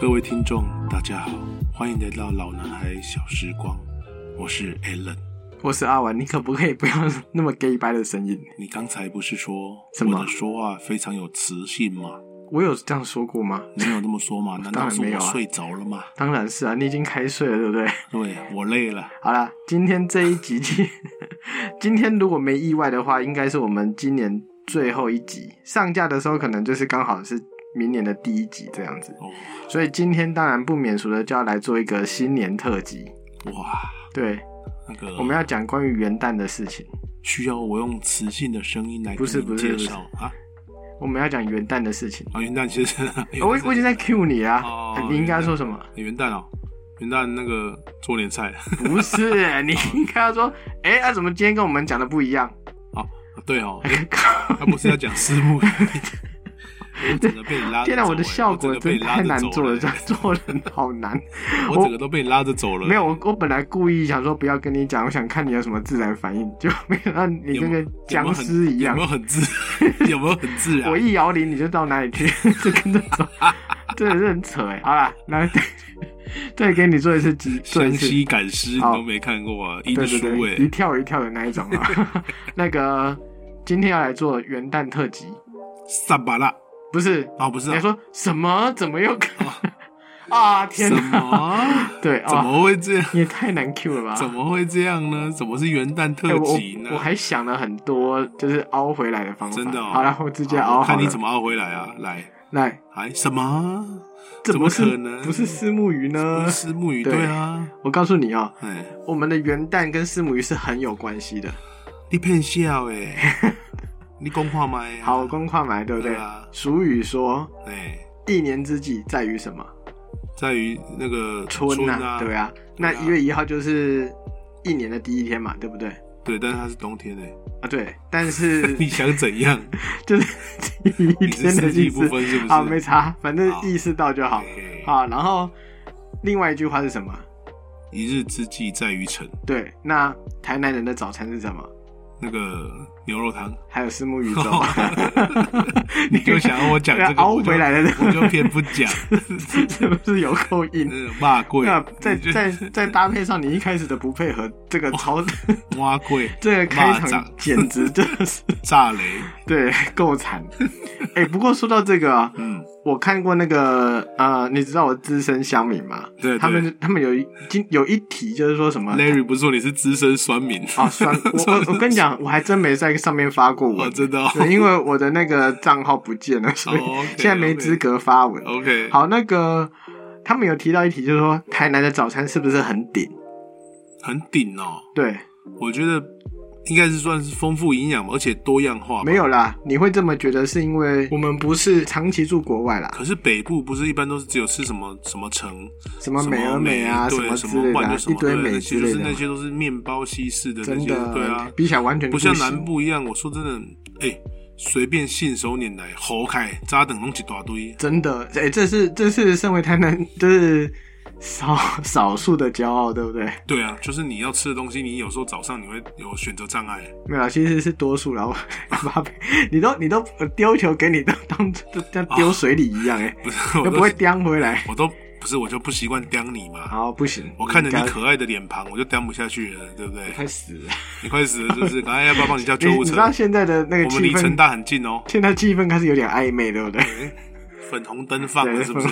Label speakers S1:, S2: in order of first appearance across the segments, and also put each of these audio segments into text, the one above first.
S1: 各位听众，大家好，欢迎来到《老男孩小时光》，我是 Alan。
S2: 我是阿玩，你可不可以不要那么 gay 白的声音？
S1: 你刚才不是说
S2: 什么
S1: 我的说话非常有磁性吗？
S2: 我有这样说过吗？
S1: 没有那么说 吗？难道
S2: 当然
S1: 是
S2: 没有
S1: 我
S2: 啊
S1: 睡着了吗？
S2: 当然是啊，你已经开睡了，对不对？
S1: 对我累了，
S2: 好啦，今天这一集， 今今天如果没意外的话，应该是我们今年最后一集上架的时候，可能就是刚好是明年的第一集这样子。
S1: 哦，
S2: 所以今天当然不免俗的就要来做一个新年特辑，
S1: 哇，
S2: 对，
S1: 那个
S2: 我们要讲关于元旦的事情，
S1: 需要我用磁性的声音来
S2: 不是
S1: 给你
S2: 不是
S1: 介
S2: 不是
S1: 绍啊？
S2: 我们要讲元旦的事情。
S1: 啊，元旦其实
S2: 我我已经在 cue 你啊，
S1: 哦
S2: 哎你应该说什么？
S1: 元旦哦，元旦那个做年菜
S2: 不是，你应该要说，哎、那、怎么今天跟我们讲的不 一样？
S1: 哦，对 哦，
S2: 哎靠
S1: 他不是要讲私募。 我整个被你拉着走欸，
S2: 天啊哪，我的效
S1: 我
S2: 果
S1: 整个被你
S2: 真的
S1: 拉
S2: 太
S1: 着
S2: 难
S1: 走
S2: 做了，
S1: 欸
S2: 这样做人好难。
S1: 我 整个都被你拉着走了。
S2: 没有，我我本来故意想说不要跟你讲，我想看你有什么自然反应，就没想到你
S1: 有没
S2: 跟
S1: 有，
S2: 个僵尸一样
S1: 有没有，很 自？有没有很自然？
S2: 我一摇铃你就到哪里去， 就跟着走，真的是很扯哎。好啦，来， 再给你做一次极，做一
S1: 湘
S2: 次。
S1: 西赶尸你
S2: 好
S1: 都没看过啊，一
S2: 对
S1: 直
S2: 对
S1: 输
S2: 对，一
S1: 哎。
S2: 跳一跳的那一种啊。 那个今天要来做元旦特辑，
S1: 萨巴拉
S2: 不是
S1: 啊，不是
S2: 你
S1: 啊，
S2: 说什么？怎么又 啊？天
S1: 什
S2: 哪！
S1: 么？
S2: 对
S1: 怎
S2: 啊，
S1: 么会这样？
S2: 你也太难 Q 了吧？
S1: 怎么会这样呢？怎么是元旦
S2: 哎
S1: 特
S2: 我
S1: 辑呢
S2: 我？还想了很多，就是凹回来的方法。
S1: 真的哦
S2: 好了，我直接
S1: 好
S2: 凹
S1: 我
S2: 好
S1: 看
S2: 了。
S1: 你怎么熬回来啊！来，
S2: 来？
S1: 来什么？
S2: 这不
S1: 怎么可
S2: 是
S1: 能
S2: 不是丝木鱼呢
S1: 不？是木鱼
S2: 对
S1: 对啊，
S2: 我告诉你哦，
S1: 哎，
S2: 我们的元旦跟丝木鱼是很有关系的。
S1: 你骗笑哎， 你讲话麦啊？
S2: 好，公跨买对不对
S1: 对啊？
S2: 俗语说，
S1: 哎，
S2: 一年之计在于什么？
S1: 在于那个
S2: 春
S1: 啊，
S2: 对啊。那
S1: 对啊
S2: 一月一号就是一年的第一天嘛，对不对？
S1: 对，但是它是冬天哎，
S2: 啊，对。但是
S1: 你想怎 样？
S2: 就是第一
S1: 你是
S2: 天的
S1: 四
S2: 意
S1: 季不
S2: 思
S1: 分是不是？哎
S2: 啊，没差，反正
S1: 好
S2: 意识到就好。
S1: 嘿
S2: 好，然后另外一句话是什么？
S1: 一日之计在于晨，
S2: 对，那台南人的早餐是什么？
S1: 那个牛肉 汤，。
S2: 还有石目鱼粥
S1: 你就想要我讲这
S2: 对
S1: 个，
S2: 啊凹
S1: 我就
S2: 回来了，
S1: 我就偏不 讲。
S2: 是不是有够硬？
S1: 嗯，骂贵
S2: 那，再
S1: 你就
S2: 再再搭配上你一开始的不配合，这个超
S1: 挖贵，
S2: 这个开
S1: 蚂
S2: 场
S1: 蚱
S2: 简直就是
S1: 炸雷，
S2: 对够惨。哎、不过说到这个啊，
S1: 嗯，
S2: 我看过那个呃，你知道我资深乡民吗？
S1: 对对
S2: 他们他们有一今有一题就是说什么
S1: Larry 不说你是资深酸民
S2: 啊，酸我我我跟你讲，我还真没在上面发过
S1: 哦，
S2: 文，
S1: 真的哦
S2: 对，因为我的那个账号不见了，所以
S1: 哦，OK，哦
S2: 现在没
S1: OK
S2: 资格发文。
S1: ，OK，，
S2: 好，那个他们有提到一题，就是说台南的早餐是不是很顶？
S1: 很顶哦，
S2: 对，
S1: 我觉得应该是算是丰富营养，而且多样化。
S2: 没，有啦，你会这么觉得是因为我们不是长期住国外啦，
S1: 可是北部不是一般都是只有吃什么什么城，
S2: 什么美而美啊，
S1: 什
S2: 么
S1: 对，什
S2: 之类的
S1: 万
S2: 啊
S1: 就，什
S2: 一
S1: 么
S2: 堆
S1: 对
S2: 美
S1: 那
S2: 之
S1: 些就
S2: 类
S1: 是
S2: 的
S1: 那
S2: 嘛，
S1: 些都是面包西式的那
S2: 真
S1: 些，
S2: 的
S1: 对啊，
S2: 比起来完全
S1: 不像
S2: 行
S1: 南部一样。我说真的，哎、随便信手拈来，猴开扎等弄一大堆，
S2: 真的，哎、这是这是身为台南就是少少数的骄傲，对不对？
S1: 对啊，就是你要吃的东西，你有时候早上你会有选择障碍，
S2: 没有啦，其实是多数 啦。我八倍，你都你都呃丢球给你当当就像丢水里一样哎、
S1: 哦不是，我都
S2: 又不会叼回来。
S1: 我都不是，我就不习惯刁你嘛。
S2: 好，不行，
S1: 我看着
S2: 应
S1: 你
S2: 该
S1: 可爱的脸庞，我就刁不下去了，对不对？
S2: 快死了。
S1: 你快死了，是不 是？赶快要不要帮你叫
S2: 你
S1: 救护
S2: 你
S1: 车
S2: 知？道现在的那个
S1: 我
S2: 气
S1: 们离成
S2: 氛，
S1: 大很近哦，
S2: 现在气氛开始有点暧昧，对不对？
S1: 粉红灯放了
S2: 对
S1: 是不是？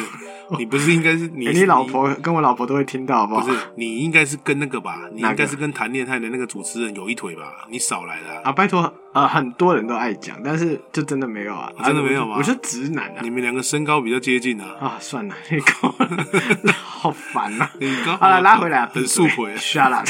S1: 你不是应 该是你
S2: 哎你老婆跟我老婆都会听到，好不
S1: 不
S2: 好？
S1: 是你应该是跟那个吧？你
S2: 哪
S1: 应
S2: 个
S1: 该是跟谈恋爱的那个主持人有一腿吧？你少来了啊、
S2: 啊，拜托，呃，很多人都爱讲，但是就真的没有啊，
S1: 啊真的没有吗
S2: 啊我就我就直男啊
S1: 你。们两个身高比较接近啊，
S2: 啊，算了，你 够了，好烦啊！
S1: 你刚
S2: 好了，拉回来啊，
S1: 很素回
S2: 下 啦。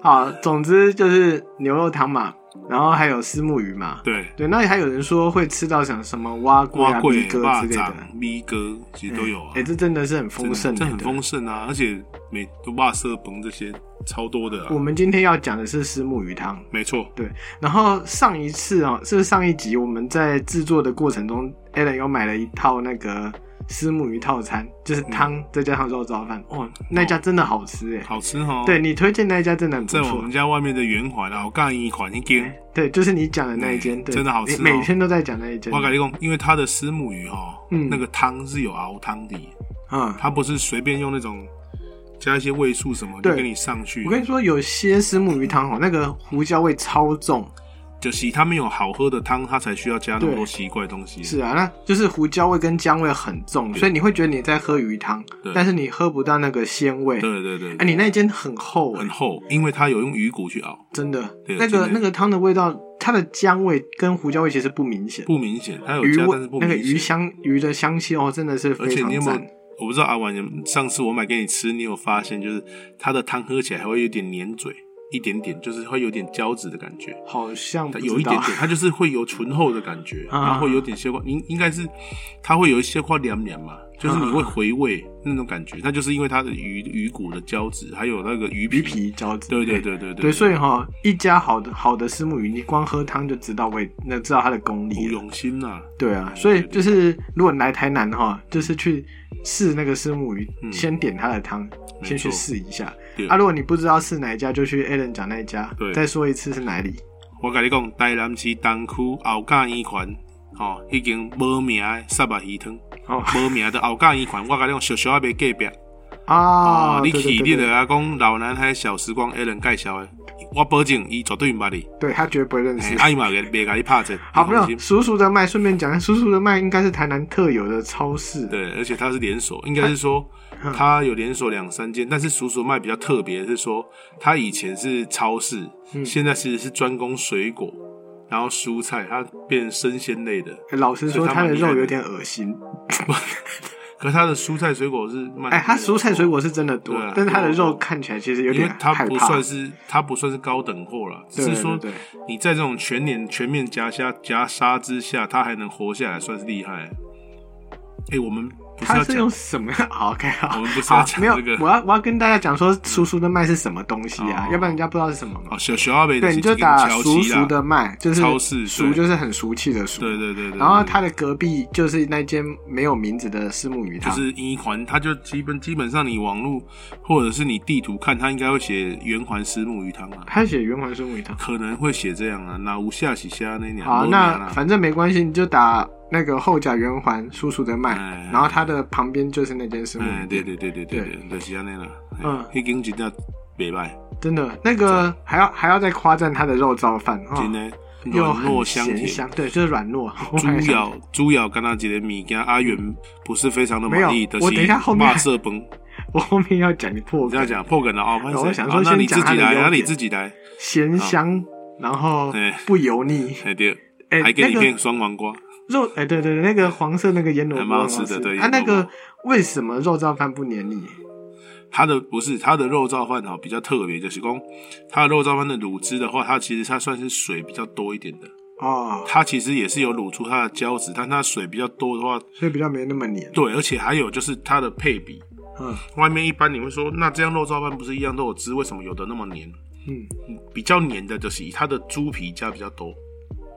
S2: 好，总之就是牛肉汤嘛，然后还有丝木鱼嘛。
S1: 对。
S2: 对，那啊还有人说会吃到像什么蛙龟
S1: 蛙
S2: 啊、
S1: 贵
S2: 米、哥
S1: 霸
S2: 之类的，
S1: 掌、咪哥，其实都有啊
S2: 哎、，这真的是很
S1: 真
S2: 丰
S1: 的
S2: 盛
S1: 这
S2: 的，
S1: 很丰盛啊！而且每都霸色崩这些超多的
S2: 我
S1: 啊，
S2: 们今天要讲的是丝木鱼汤。
S1: 没错，
S2: 对，然后上一次哦，是不是上一集我们在制作的过程中，Alan 有买了一套那个虱目鱼套餐，就是汤、再加上肉燥饭，哇，那家真的好吃哎、
S1: 好吃嗯哦。
S2: 对，你推荐那一家真的很不
S1: 在我
S2: 错哎
S1: 们，家外面的圆环啊，我干一款一间，
S2: 对，就是你讲的那一间，
S1: 哎
S2: 对，
S1: 真的好吃哦
S2: 你每天都在讲那一间，
S1: 我跟你讲，因为它的虱目鱼哈、哦，
S2: 嗯
S1: 那个汤是有熬汤底，
S2: 嗯，
S1: 它不是随便用那种加一些味素什么就
S2: 对
S1: 给你上去
S2: 我，跟你说，有些石目鱼汤哦，那个胡椒味超重，
S1: 就是它没有好喝的汤，它才需要加那么
S2: 对
S1: 多奇怪的东西。
S2: 是啊，那就是胡椒味跟姜味很重，所以你会觉得你在喝鱼汤
S1: 对，
S2: 但是你喝不到那个鲜味。
S1: 对对对
S2: 哎、，你那间很厚、哎
S1: 很厚，因为它有用鱼骨去熬，
S2: 真的，
S1: 对
S2: 那
S1: 真
S2: 个
S1: 的
S2: 那个汤的味道，它的姜味跟胡椒味其实不明显，
S1: 不明显，它有
S2: 鱼
S1: 加，
S2: 味
S1: 但是不
S2: 那
S1: 明
S2: 个
S1: 显。
S2: 鱼香鱼的香气哦，真的是
S1: 而
S2: 非
S1: 且
S2: 常
S1: 你有没有
S2: 赞。？
S1: 我不知道阿婉，上次我买给你吃，你有发现就是它的汤喝起来还会有点黏嘴，一点点，就是会有点胶质的感觉，
S2: 好像不
S1: 它
S2: 知
S1: 有一点
S2: 道
S1: 点，它就是会有醇厚的感觉，
S2: 啊
S1: 然后会有点些块，应应该是它会有一些块凉凉
S2: 啊
S1: 嘛，就是你会回味那种感觉，那就是因为它的鱼鱼骨的胶质，还有那个鱼皮，
S2: 鱼皮胶质，
S1: 对对对对
S2: 对，所以哈、一家好的好的石目鱼，你光喝汤就知道味，那知道它的功力
S1: 吴
S2: 了。
S1: 永新呐、
S2: 对
S1: 哦
S2: 啊，所以就是如果你来台南哈，就是去试那个虱目鱼，
S1: 嗯
S2: 先点它的汤，
S1: 没
S2: 先去
S1: 错
S2: 试一下
S1: 对。
S2: 啊，如果你不知道是哪一家，就去 Alan 讲那一家
S1: 对，
S2: 再说一次是哪里。
S1: 我甲你讲，台南市东区后甲医馆，吼、已经无名的沙白鱼汤，
S2: 哦
S1: 无名的后甲医馆，我甲你讲，小小也袂隔壁。
S2: 啊，
S1: 哦你
S2: 对对
S1: 去
S2: 对
S1: 你
S2: 对
S1: 就阿讲老男孩小时光 a l n 介绍的，我保证伊绝对毋捌你，
S2: 对他绝对不会认识
S1: 嘿。阿姨嘛袂袂甲你拍折。
S2: 好，没
S1: 你放心
S2: 有叔叔的麦，顺便讲，叔叔的麦应该是台南特有的超市。
S1: 对，而且它是连锁，应该是说
S2: 嗯
S1: 它有连锁两三间，但是叔叔卖比较特别，是说它以前是超市，
S2: 嗯
S1: 现在其实是专攻水果，然后蔬菜，它变成生鲜类的。
S2: 哎老实
S1: 所
S2: 说，
S1: 以他
S2: 它的
S1: 蛮厉害
S2: 肉
S1: 的
S2: 有点恶心。
S1: 可是它的蔬菜水果是卖，
S2: 哎，它蔬菜水果是真的多
S1: 对啊，
S2: 但是它的
S1: 对啊
S2: 肉看起来其实有
S1: 因
S2: 点
S1: 为它
S2: 害
S1: 不
S2: 怕
S1: 算。是它不算是高等货了，只
S2: 对
S1: 是
S2: 对
S1: 说
S2: 对
S1: 你在这种全年全面夹虾夹杀之下，它还能活下来，算是厉害。哎、我们不是
S2: 它
S1: 要
S2: 是用
S1: 讲
S2: 什么 好？OK，好，
S1: 我们不是
S2: 好
S1: 要讲
S2: 没有
S1: 这个，嗯
S2: 我要我要跟大家讲说，叔叔的麦是什么东西啊？
S1: 哦
S2: 要不然人家不知道是什么嘛
S1: 哦，。小小阿北的
S2: 对，
S1: 是
S2: 你就
S1: 这个
S2: 打
S1: 乔
S2: 叔
S1: 琪啦
S2: 叔的麦，就是
S1: 超市
S2: 叔
S1: 对
S2: 就是很俗气的叔。
S1: 对对对对，
S2: 然后
S1: 对
S2: 它的隔壁就是那间没有名字的虱目鱼
S1: 就
S2: 汤，
S1: 是一环，它就基本基本上你网络或者是你地图看，它应该会写圆环石目鱼汤啊，
S2: 它写圆环虱目鱼汤。
S1: 可能会写这样啊，那无下洗虾那两啊
S2: 好，
S1: 没有
S2: 那
S1: 啦
S2: 反正没关系，你就打那个后甲圆环叔叔的麦
S1: 哎，
S2: 然后它的旁边就是那间虱目
S1: 哎，
S2: 鱼
S1: 对
S2: 店。
S1: 对对对对对，就是安尼啦。
S2: 嗯
S1: 嗯，迄间真正袂歹，
S2: 真的，那个还要还要再夸赞它的肉燥饭哦
S1: 真的
S2: 又
S1: 软
S2: 很
S1: 糯香
S2: 咸
S1: 甜。
S2: 香，对，就是软糯。 我
S1: 主
S2: 还想
S1: 要主要跟他一个物件，阿元不是非常的满
S2: 没
S1: 意，
S2: 有
S1: 但
S2: 我等一下后
S1: 是
S2: 面
S1: 骂色崩。
S2: 我后面要讲一破
S1: 你这样
S2: 梗，
S1: 讲破梗了哦，不好意思
S2: 我想
S1: 好
S2: 说
S1: 那
S2: 先
S1: 你
S2: 讲
S1: 自己
S2: 他的
S1: 来，
S2: 优
S1: 那你
S2: 点
S1: 自己来，
S2: 咸香，然后
S1: 啊对
S2: 不油腻，
S1: 哎对，
S2: 哎、
S1: 还给
S2: 那
S1: 你
S2: 个
S1: 片双黄瓜，
S2: 肉，哎、对对对，那个黄色那个腌萝卜
S1: 还蛮好
S2: 很好
S1: 吃的
S2: 吃
S1: 对
S2: 啊，那
S1: 腌萝
S2: 个
S1: 卜
S2: 为什么肉燥饭不黏腻？
S1: 它的不是它的肉燥饭哦，比较特别，就是讲它的肉燥饭的卤汁的话，它其实它算是水比较多一点的，
S2: 哦，
S1: 它其实也是有卤出它的胶质，但它水比较多的话，
S2: 所以比较没那么黏。
S1: 对，而且还有就是它的配比，
S2: 嗯
S1: 外面一般你会说，那这样肉燥饭不是一样都有汁，为什么有的那么黏？
S2: 嗯，
S1: 比较黏的就是它的猪皮加比较多，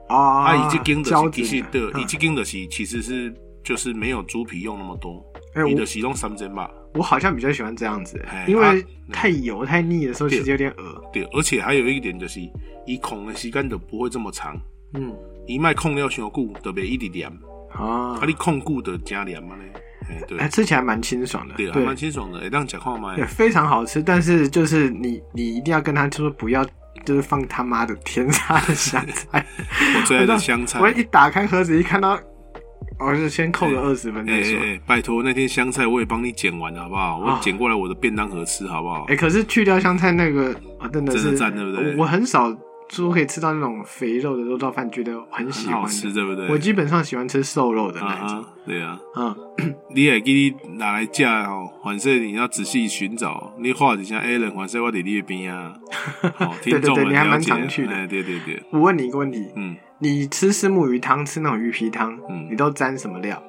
S2: 哦，
S1: 啊，以及跟的
S2: 胶
S1: 是
S2: 质
S1: 其实
S2: 的
S1: 对，
S2: 嗯
S1: 以及跟的是其实是就是没有猪皮用那么多，
S2: 哎、
S1: 你
S2: 我
S1: 的是用三针吧，
S2: 我好像比较喜欢这样子、
S1: 哎
S2: 因
S1: 啊
S2: 为太油太腻的时候
S1: 对
S2: 其实有点恶。
S1: 对，而且还有一点就是，以孔的时间就不会这么长，
S2: 嗯，
S1: 一卖控料伤久，就袂一直黏，
S2: 啊
S1: 啊，，你控久就加黏嘛嘞，哎对
S2: 哎、，吃起来蛮清爽的，
S1: 对，还蛮清爽的，哎，当讲话嘛，
S2: 对，非常好吃，但是就是你你一定要跟他说不要，就是放他妈的天杀的香菜。
S1: 我最爱的香菜
S2: 我。一打开盒子一看到，我就先扣个
S1: 哎
S2: 二十分
S1: 哎
S2: 再说。
S1: 哎
S2: 哎、
S1: 哎，拜托，那天香菜我也帮你捡完了，好不好？我
S2: 啊
S1: 捡过来我的便当盒吃，好不好？
S2: 哎可是去掉香菜那个，啊、真的
S1: 真
S2: 是
S1: 的赞对不对
S2: 我我很少说可以吃到那种肥肉的肉燥饭，觉得很喜
S1: 很
S2: 欢
S1: 好
S2: 的
S1: 吃，对不对？
S2: 我基本上喜欢吃瘦肉的
S1: 啊
S2: 那一种。
S1: 哈，对啊，
S2: 嗯，
S1: 你也给你拿来架哦，反正你要仔细寻找。你画底下 a l a n 反正我在你那边 啊。好，听众
S2: 对对
S1: 们
S2: 对你还蛮
S1: 了解
S2: 常去的
S1: 哎，对对对，
S2: 我问你一个问题，
S1: 嗯，
S2: 你吃石目鱼汤，吃那种鱼皮汤，
S1: 嗯
S2: 你都沾什么料？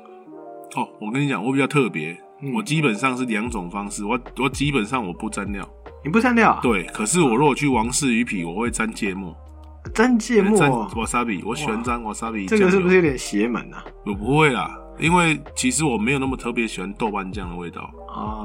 S1: 哦，我跟你讲，我比较特别，
S2: 嗯
S1: 我基本上是两种方式，我我基本上我不沾料，
S2: 你不沾料啊？
S1: 对。可是我如果去王氏鱼皮，我会沾芥末，
S2: 沾芥末
S1: 沾
S2: 哦，
S1: wasabi，我喜欢沾 wasabi 酱油。
S2: 这个是不是有点邪门啊？
S1: 我不会啦，因为其实我没有那么特别喜欢豆瓣酱的味道。啊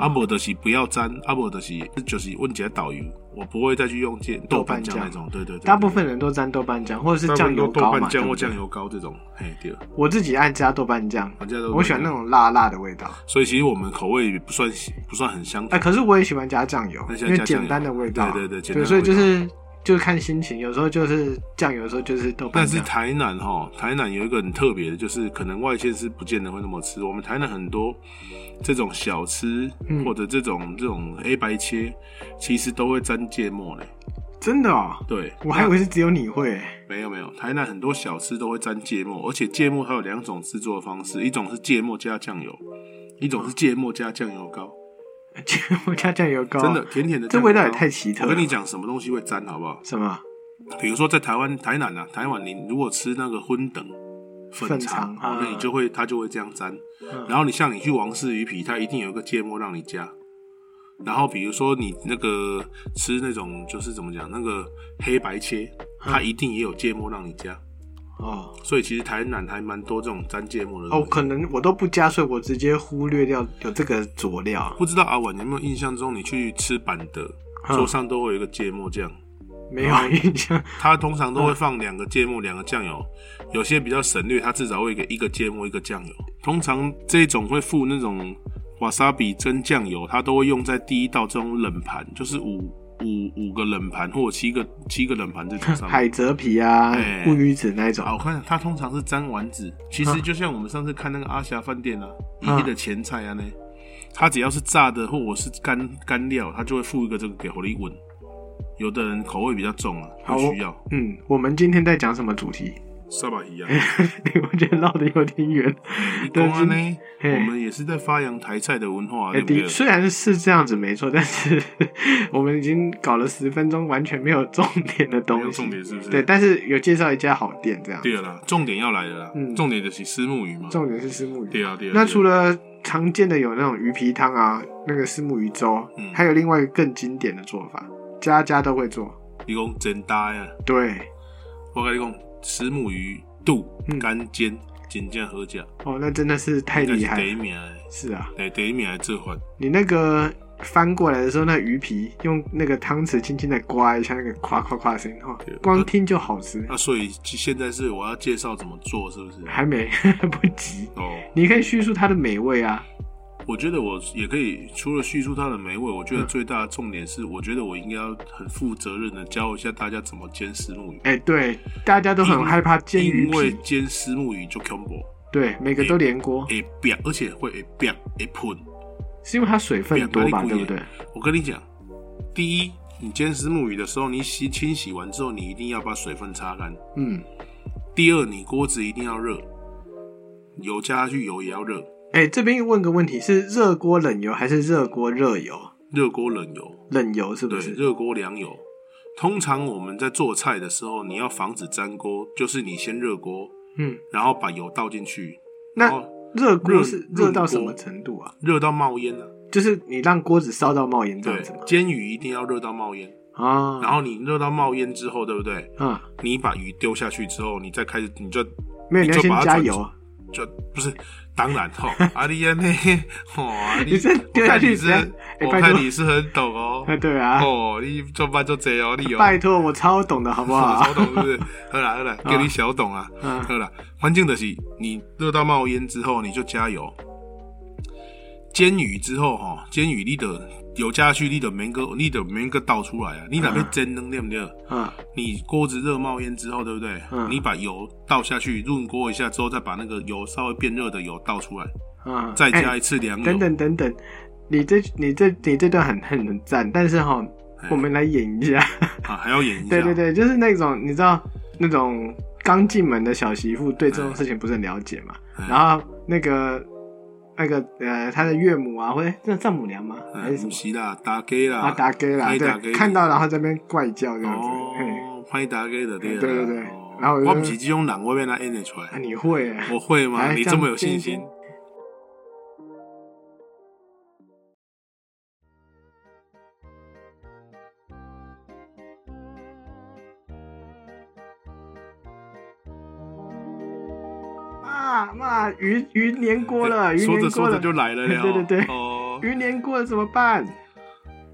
S1: 阿
S2: 哦，
S1: 伯德西不要沾，阿伯德西就是问起来导游，我不会再去用这豆瓣酱那种，对对对，
S2: 大部分人都沾豆瓣酱或者是
S1: 大部
S2: 酱
S1: 分都
S2: 油
S1: 豆
S2: 膏
S1: 瓣
S2: 嘛，
S1: 酱或
S2: 对不
S1: 酱
S2: 对
S1: 油膏这种，嘿，对，
S2: 我自己爱加豆瓣酱，
S1: 我家都
S2: 我喜欢那，种辣辣的味道。
S1: 所以其实我们口味不算不算很相同
S2: 哎，，可是我也喜欢加酱油，
S1: 那现
S2: 因
S1: 在
S2: 为
S1: 加酱油
S2: 简单的味道啊，
S1: 对对对简单
S2: 对，
S1: 的
S2: 所以
S1: 味
S2: 就
S1: 道
S2: 是就是看心情，有时候就是酱油，有时候就是豆瓣
S1: 但是
S2: 酱。
S1: 台南哈，台南有一个很特别的，就是可能外县市不见得会那么吃。我们台南很多这种小吃、
S2: 嗯
S1: 或者这种这种 A 白切，其实都会沾芥末嘞。
S2: 真的哦，
S1: 对，
S2: 我还以为是只有你会 欸。
S1: 没有没有，台南很多小吃都会沾芥末，而且芥末还有两种制作方式，一种是芥末加酱油，一种是芥末加酱油膏。
S2: 芥末加酱油膏，
S1: 真的甜甜的
S2: 哦这
S1: 酱油膏，
S2: 味道也太奇特
S1: 我
S2: 了
S1: 跟你讲，什么东西会沾好不好？
S2: 什么啊
S1: 比如说在台湾台南啊，台湾你如果吃那个荤等粉
S2: 粉
S1: 肠
S2: 肠，
S1: 哦
S2: 嗯
S1: 那你就会它就会这样沾。
S2: 嗯
S1: 然后你像你去王氏鱼皮，它一定有一个芥末让你加。然后比如说你那个吃那种就是怎么讲那个黑白切，
S2: 嗯
S1: 它一定也有芥末让你加。
S2: 哦
S1: 所以其实台南还蛮多这种沾芥末的东
S2: 哦，
S1: 西。
S2: 可能我都不加，所以我直接忽略掉有这个佐 料，
S1: 不知道阿婉有没有印象中，你去吃板的
S2: 嗯
S1: 桌上都会有一个芥末酱。
S2: 没
S1: 哦
S2: 有印象。
S1: 它通常都会放两个芥末，两个酱油。有些比较省略，它至少会给一个芥末，一个酱油。通常这种会附那种瓦萨比蒸酱油，它都会用在第一道这种冷盘，就是五五五个冷盘或者七个七个冷盘这种上面。
S2: 海蜇皮啊
S1: 哎、
S2: 乌鱼子那一
S1: 啊，
S2: 种，
S1: 我看它通常是沾丸子，其实就像我们上次看那个阿霞饭店啊，一
S2: 嗯
S1: 地的前菜啊呢，它只要是炸的或者是干干料，它就会附一个这个给火力滚。有的人口味比较重啊，
S2: 好
S1: 不需要
S2: 嗯，我们今天在讲什么主题？
S1: 沙巴一样。啊
S2: 我觉得绕的有点 远。
S1: 公安
S2: 哎但
S1: 啊呢，
S2: 嘿
S1: 我们也是在发扬台菜的文化啊，
S2: 哎、
S1: 对不对
S2: 的？虽然是这样子没错，但是 我们已经搞了十分钟，完全没有重点
S1: 没
S2: 的
S1: 有
S2: 东西。
S1: 重点是不是？
S2: 对，但是有介绍一家好店，这样。
S1: 对了啦，重点要来了啦
S2: 嗯，
S1: 重点就是虱目鱼嘛。
S2: 重点是虱目鱼。
S1: 对啊，对啊。
S2: 那除
S1: 了
S2: 了常见的有那种鱼皮汤啊，那个虱目鱼粥，
S1: 嗯
S2: 还有另外一个更经典的做法，家家都会做。
S1: 你讲真大呀，
S2: 对，
S1: 我跟你讲，虱目鱼肚
S2: 嗯
S1: 干煎真正好食，
S2: 哦，那真的是太
S1: 应
S2: 厉
S1: 该
S2: 害
S1: 是第一
S2: 了。
S1: 名的，
S2: 是啊，
S1: 对，哎第一名的做法。
S2: 你那个翻过来的时候，那鱼皮用那个汤匙轻轻的刮一下，那个咵咵咵的声音，哦
S1: 对，
S2: 光听就好吃。
S1: 那所以现在是我要介绍怎么做，是不是？
S2: 还没 不急，
S1: 哦，
S2: 你可以叙述它的美味啊。
S1: 我觉得我也可以，除了叙述它的美味，我觉得最大的重点是，我觉得我应该要很负责任的教一下大家怎么煎虱目鱼。
S2: 哎、对，大家都很害怕煎鱼
S1: 因为
S2: 皮，
S1: 煎虱目鱼就 combo
S2: 对，每个都连锅，
S1: 会变，而且会会变会喷。
S2: 是因为它水分多吧，
S1: 扁
S2: 对不对？
S1: 我跟你讲，第一，你煎虱目鱼的时候，你洗清洗完之后，你一定要把水分擦干。
S2: 嗯，
S1: 第二，你锅子一定要热，油加下去，油也要热，
S2: 哎、这边问个问题，是热锅冷油还是热锅热油？
S1: 热锅冷油，
S2: 冷油是
S1: 对
S2: 不，是？
S1: 热锅凉油。通常我们在做菜的时候，你要防止粘锅，就是你先热锅，
S2: 嗯，
S1: 然后把油倒进去，然
S2: 那
S1: 后
S2: 热锅是
S1: 哦热
S2: 热到什
S1: 热
S2: 么
S1: 锅
S2: 程度啊？
S1: 热到冒烟了、
S2: 就是你让锅子烧到冒烟这
S1: 对
S2: 样子吗，？
S1: 煎鱼一定要热到冒烟。
S2: 啊，
S1: 然后你热到冒烟之后，对不对？
S2: 啊，
S1: 你把鱼丢下去之后，你再开始，你就
S2: 没有，
S1: 你
S2: 你要
S1: 就
S2: 先
S1: 把它
S2: 加
S1: 转
S2: 油。
S1: 就不是，当然 吼，阿丽安呢，吼，啊
S2: 你这丢下去
S1: 我看你
S2: 直接
S1: 是，
S2: 哎
S1: 我
S2: 拜托
S1: 看你是很懂哦，
S2: 啊，对 啊，
S1: 哦，你做饭做贼哦，你有，
S2: 拜托，啊我超懂的好不好？
S1: 超懂是不是？好啦 好啦，给你小懂啊，
S2: 啊
S1: 好啦，环境的是你热到冒烟之后，你就加油。煎鱼之后哈，煎鱼你得油加下去，你得每个你得每个倒出来啊，你哪边
S2: 嗯
S1: 煎能对不对？
S2: 啊，
S1: 你锅子热冒烟之后，对不对？
S2: 嗯
S1: 你把油倒下去，润锅一下之后，再把那个油稍微变热的油倒出来，
S2: 啊，
S1: 再加
S2: 哎
S1: 一次凉油。
S2: 等等等等，你这你这你这段很很很赞，但是哈，
S1: 哎
S2: 我们来演一下。
S1: 啊，还要演一下。
S2: 对对，对，就是那种你知道那种刚进门的小媳妇对这种
S1: 嗯
S2: 事情不是很了解嘛，
S1: 嗯
S2: 然后那个那个呃她的岳母啊，或者那丈母娘嘛，还
S1: 哎，
S2: 是什
S1: 不
S2: 么
S1: 是啦，打给啦，
S2: 啊打给啦，
S1: 哎打给
S2: 对，看到然后在那边怪叫这样子，嘿，
S1: 哦，欢迎打给的对啦
S2: 对对对
S1: 哦
S2: 然后我就
S1: 我不是这种人，我被他演得出
S2: 啊
S1: 来，
S2: 你会欸
S1: 我会吗？
S2: 来
S1: 你
S2: 这
S1: 这
S2: 样
S1: 么有信
S2: 煎
S1: 心
S2: 煎？妈妈，鱼鱼粘锅了，鱼
S1: 说
S2: 粘
S1: 着
S2: 锅
S1: 说着
S2: 了，
S1: 就来 了了，
S2: 对对对
S1: 哦，
S2: 鱼粘锅了怎么办？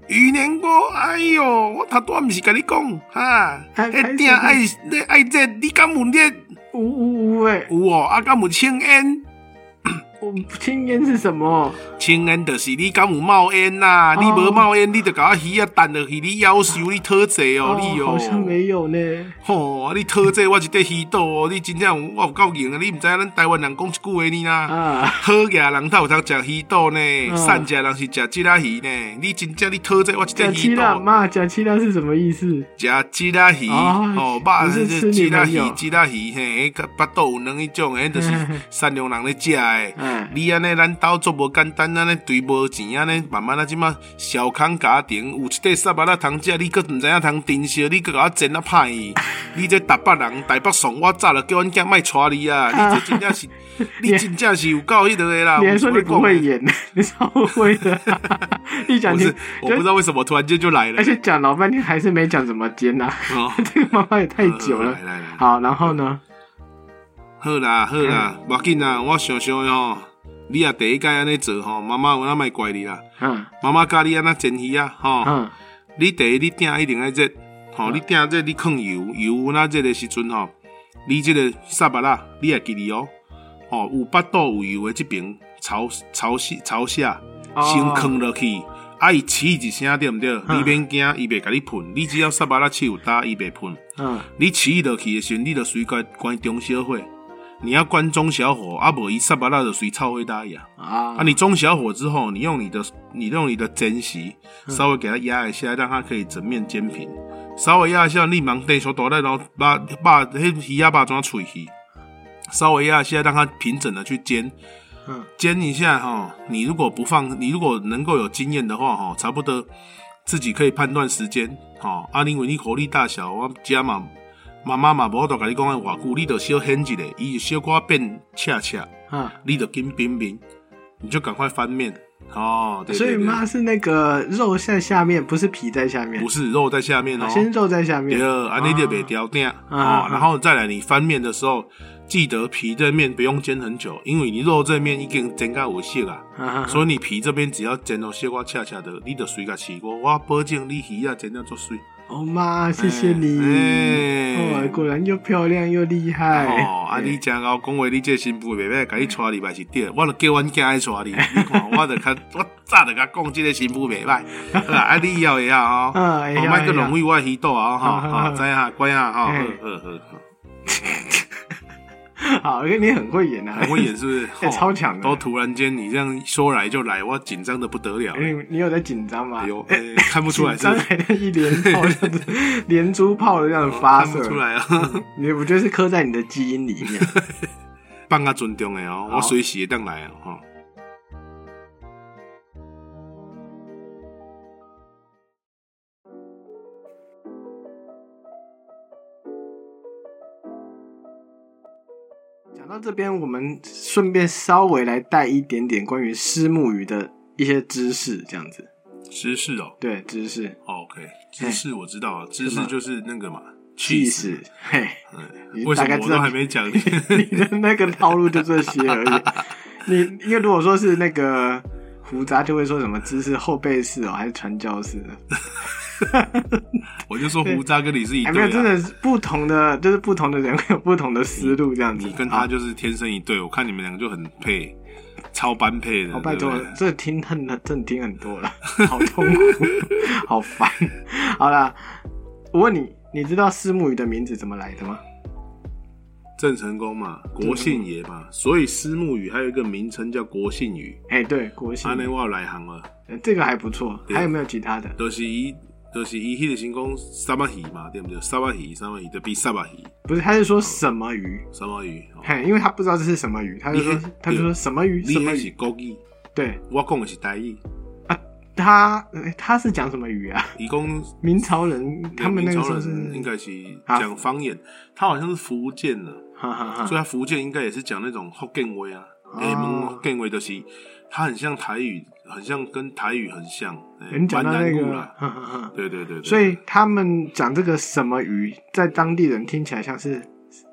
S1: 鱼年锅，哎哟，我头拄毋是甲你讲，哈，
S2: 哎
S1: 迄鼎爱你爱这，你敢有这
S2: 呜呜呜哎，
S1: 有哦？啊，敢有青烟？
S2: 我青烟是什么？
S1: 青烟就是你敢有冒烟呐、
S2: 哦
S1: 你无冒烟，你就甲我鱼啊弹落去，你夭寿，你讨债哦，你哦，
S2: 好像没有呢。
S1: 吼、啊你讨债，我一块鱼刀哦，你真正有我有够硬啊！你毋知影咱台湾人讲一句话呢啦。
S2: 啊，
S1: 好嘢，人头有通食鱼肚呢，
S2: 嗯
S1: 善食人是食即拉鱼呢。你真正你讨这我一只
S2: 假
S1: 鱼
S2: 期
S1: 肚，
S2: 啦，妈，假期啦是什么意思？
S1: 食即拉鱼
S2: 哦
S1: 哦，肉
S2: 你是吃
S1: 即
S2: 女
S1: 拉
S2: 朋
S1: 鱼
S2: 友
S1: 即拉鱼嘿，迄巴肚有两迄种诶，就是善良人咧食诶。
S2: 哎，
S1: 你安尼咱兜做无简单，安尼对无钱安尼慢慢啊，即马小康家庭有一块沙巴拉通食，你佫毋知影通珍惜，你佫甲我煎啊歹去。你这台北人台北爽，我早就叫阮囝莫娶你啊！你这真正是，你真正是有够迄落个啦。
S2: 你还说你不会
S1: 演？
S2: 演， 你超会的，一讲
S1: 不，
S2: 就是
S1: 我不知道为什么突然间就来了
S2: 而。且讲老半天还是没讲怎么煎呐、
S1: 哦，
S2: 这 个妈妈也太久了
S1: 来。来来，
S2: 好，然后呢？
S1: 好啦好啦，
S2: 嗯
S1: 无要紧啦，我想想的吼，你也第一届安尼做吼，妈妈有哪莫怪你啦，
S2: 嗯
S1: 妈妈教你安那煎鱼啊吼，
S2: 嗯
S1: 你第一你鼎一定爱热，吼，你鼎热你放油，油有哪热的时阵吼，你这个沙巴啦，你也记哩哦，吼，有八肚有油的这边朝朝西朝下
S2: 哦嗯
S1: 先放落去。啊！伊起一声对毋对？你免惊，伊袂甲你喷。你只要沙巴拉手打，伊袂喷。
S2: 嗯，
S1: 你起落去的时候，你就随关关中小火，你要关中小火，啊，无伊煞巴拉就随臭灰搭呀。
S2: 啊
S1: 啊，你中小火之后，你用你的你用你的煎匙稍微给它压一下，让它可以整面煎平。稍微压一下，你忙地手倒来，然后把把迄鱼啊把怎脆去，稍微压一下，让它平整的去煎。
S2: 嗯
S1: 煎一下哈，你如果不放，你如果能够有经验的话哈，差不多自己可以判断时间哈。啊，因为你火力大小，我家嘛妈妈嘛无法度甲你讲诶偌久，你就小掀一下，伊就小可变恰恰，
S2: 嗯，
S1: 你就紧冰冰，你就赶快翻面哦。对
S2: 所以
S1: 对对
S2: 妈是那个肉在下面，不是皮在下面
S1: 不，是肉在下面哦，
S2: 先肉在下面
S1: 对，。安尼就袂掉定哦
S2: 啊。
S1: 然后再来你翻面的时候，记得皮这面不用煎很久，因为你肉这面已经煎到有色啊。
S2: 啊
S1: 所以你皮这边只要煎到小可恰恰的，你就随甲起锅，我保证你鱼啊煎到足水。
S2: 哦妈，谢谢你。
S1: 哎
S2: 哦，果然又漂亮又厉害。
S1: 哦，啊你真够讲话，你这新妇袂歹，甲你娶你嘛是对的，我就叫阮囝爱娶你。你看，我就较我早就甲讲，即个新妇袂歹。好啦，啊你以后会晓哦，
S2: 嗯会晓
S1: 哦，莫去
S2: 会晓
S1: 浪费我的鱼肚啊，吼，
S2: 好好
S1: 吼，
S2: 好
S1: 知影哈，乖啊，吼，好
S2: 嘿
S1: 好好好。
S2: 好，因为你很会演啊，
S1: 很会 演。是不是？吼
S2: 哎超强的
S1: 都突然间你这样说来就来，我紧张的不得了。
S2: 哎你你有在紧张吗
S1: 哎？呦，哎看不出来
S2: 紧
S1: 是不
S2: 张
S1: 是，
S2: 还在 一连炮这样子，连珠炮这样发
S1: 看
S2: 射
S1: 不。出来啊。
S2: 你我觉得是刻在你的基 因里面。
S1: 放较尊重的哦，
S2: 好
S1: 我随时会当来哦。吼
S2: 讲到这边，我们顺便稍微来带一点点关于虱目鱼的一些知识，这样子。
S1: 芝士哦
S2: 对，知识
S1: 哦，OK，芝
S2: 哎
S1: 士我知道啊，芝士
S2: 么
S1: 就是那个嘛，
S2: 意
S1: 气死。
S2: 识，嘿，你
S1: 为什
S2: 大概
S1: 么我
S2: 知
S1: 都
S2: 道
S1: 还没 讲你？
S2: 你 的那个套路就这些而已。你因为如果说是那个胡杂，就会说什么知识后背式哦，还是传教式的？
S1: 我就说胡渣跟你是一
S2: 哎，没有，
S1: 对
S2: 真
S1: 啊，
S2: 的是不同的，就是不同的人会有不同的思路，这样子。
S1: 你跟
S2: 好
S1: 他就是天生一对，我看你们两个就很配，超般配的
S2: 哦，，拜
S1: 对不
S2: 托
S1: 对？，
S2: 这听很真的听很多了，好 痛苦，好烦。好啦，我问你，你知道虱目鱼的名字怎么来的吗？
S1: 郑成功嘛，国姓爷嘛，所以虱目鱼还有一个名称叫国姓鱼。
S2: 哎，对，国姓
S1: 安
S2: 鱼
S1: 尼我有来行了，
S2: 呃这个还不错。
S1: 啊对
S2: 还有没有其他的？
S1: 就是伊，就是伊迄个成功三巴鱼嘛，对不对？三巴鱼，三巴鱼就比三巴鱼，
S2: 不是，他是说什么鱼？
S1: 三巴鱼。哦
S2: 嘿，因为他不知道这是什么鱼，他就说
S1: 你还
S2: 他就说什么鱼
S1: 你
S2: 什么
S1: 那是
S2: 鱼。
S1: 国语，
S2: 对
S1: 我讲的是台语。
S2: 他呃他是讲什么鱼啊？
S1: 伊讲
S2: 明朝人他们那个时候是
S1: 明朝人应该是
S2: 啊
S1: 讲方言，他好像是福建的，
S2: 哈哈
S1: 所以
S2: 哈
S1: 他福建应该也是讲那种福建话啊。
S2: 哦
S1: 哎，蒙福建话就是，它很像台语，很像跟台语很像，哎
S2: 你讲到那
S1: 闽南语
S2: 个
S1: 啦，
S2: 哈哈哈。
S1: 对对对，对
S2: 所以他们讲这个什么鱼，在当地人听起来像是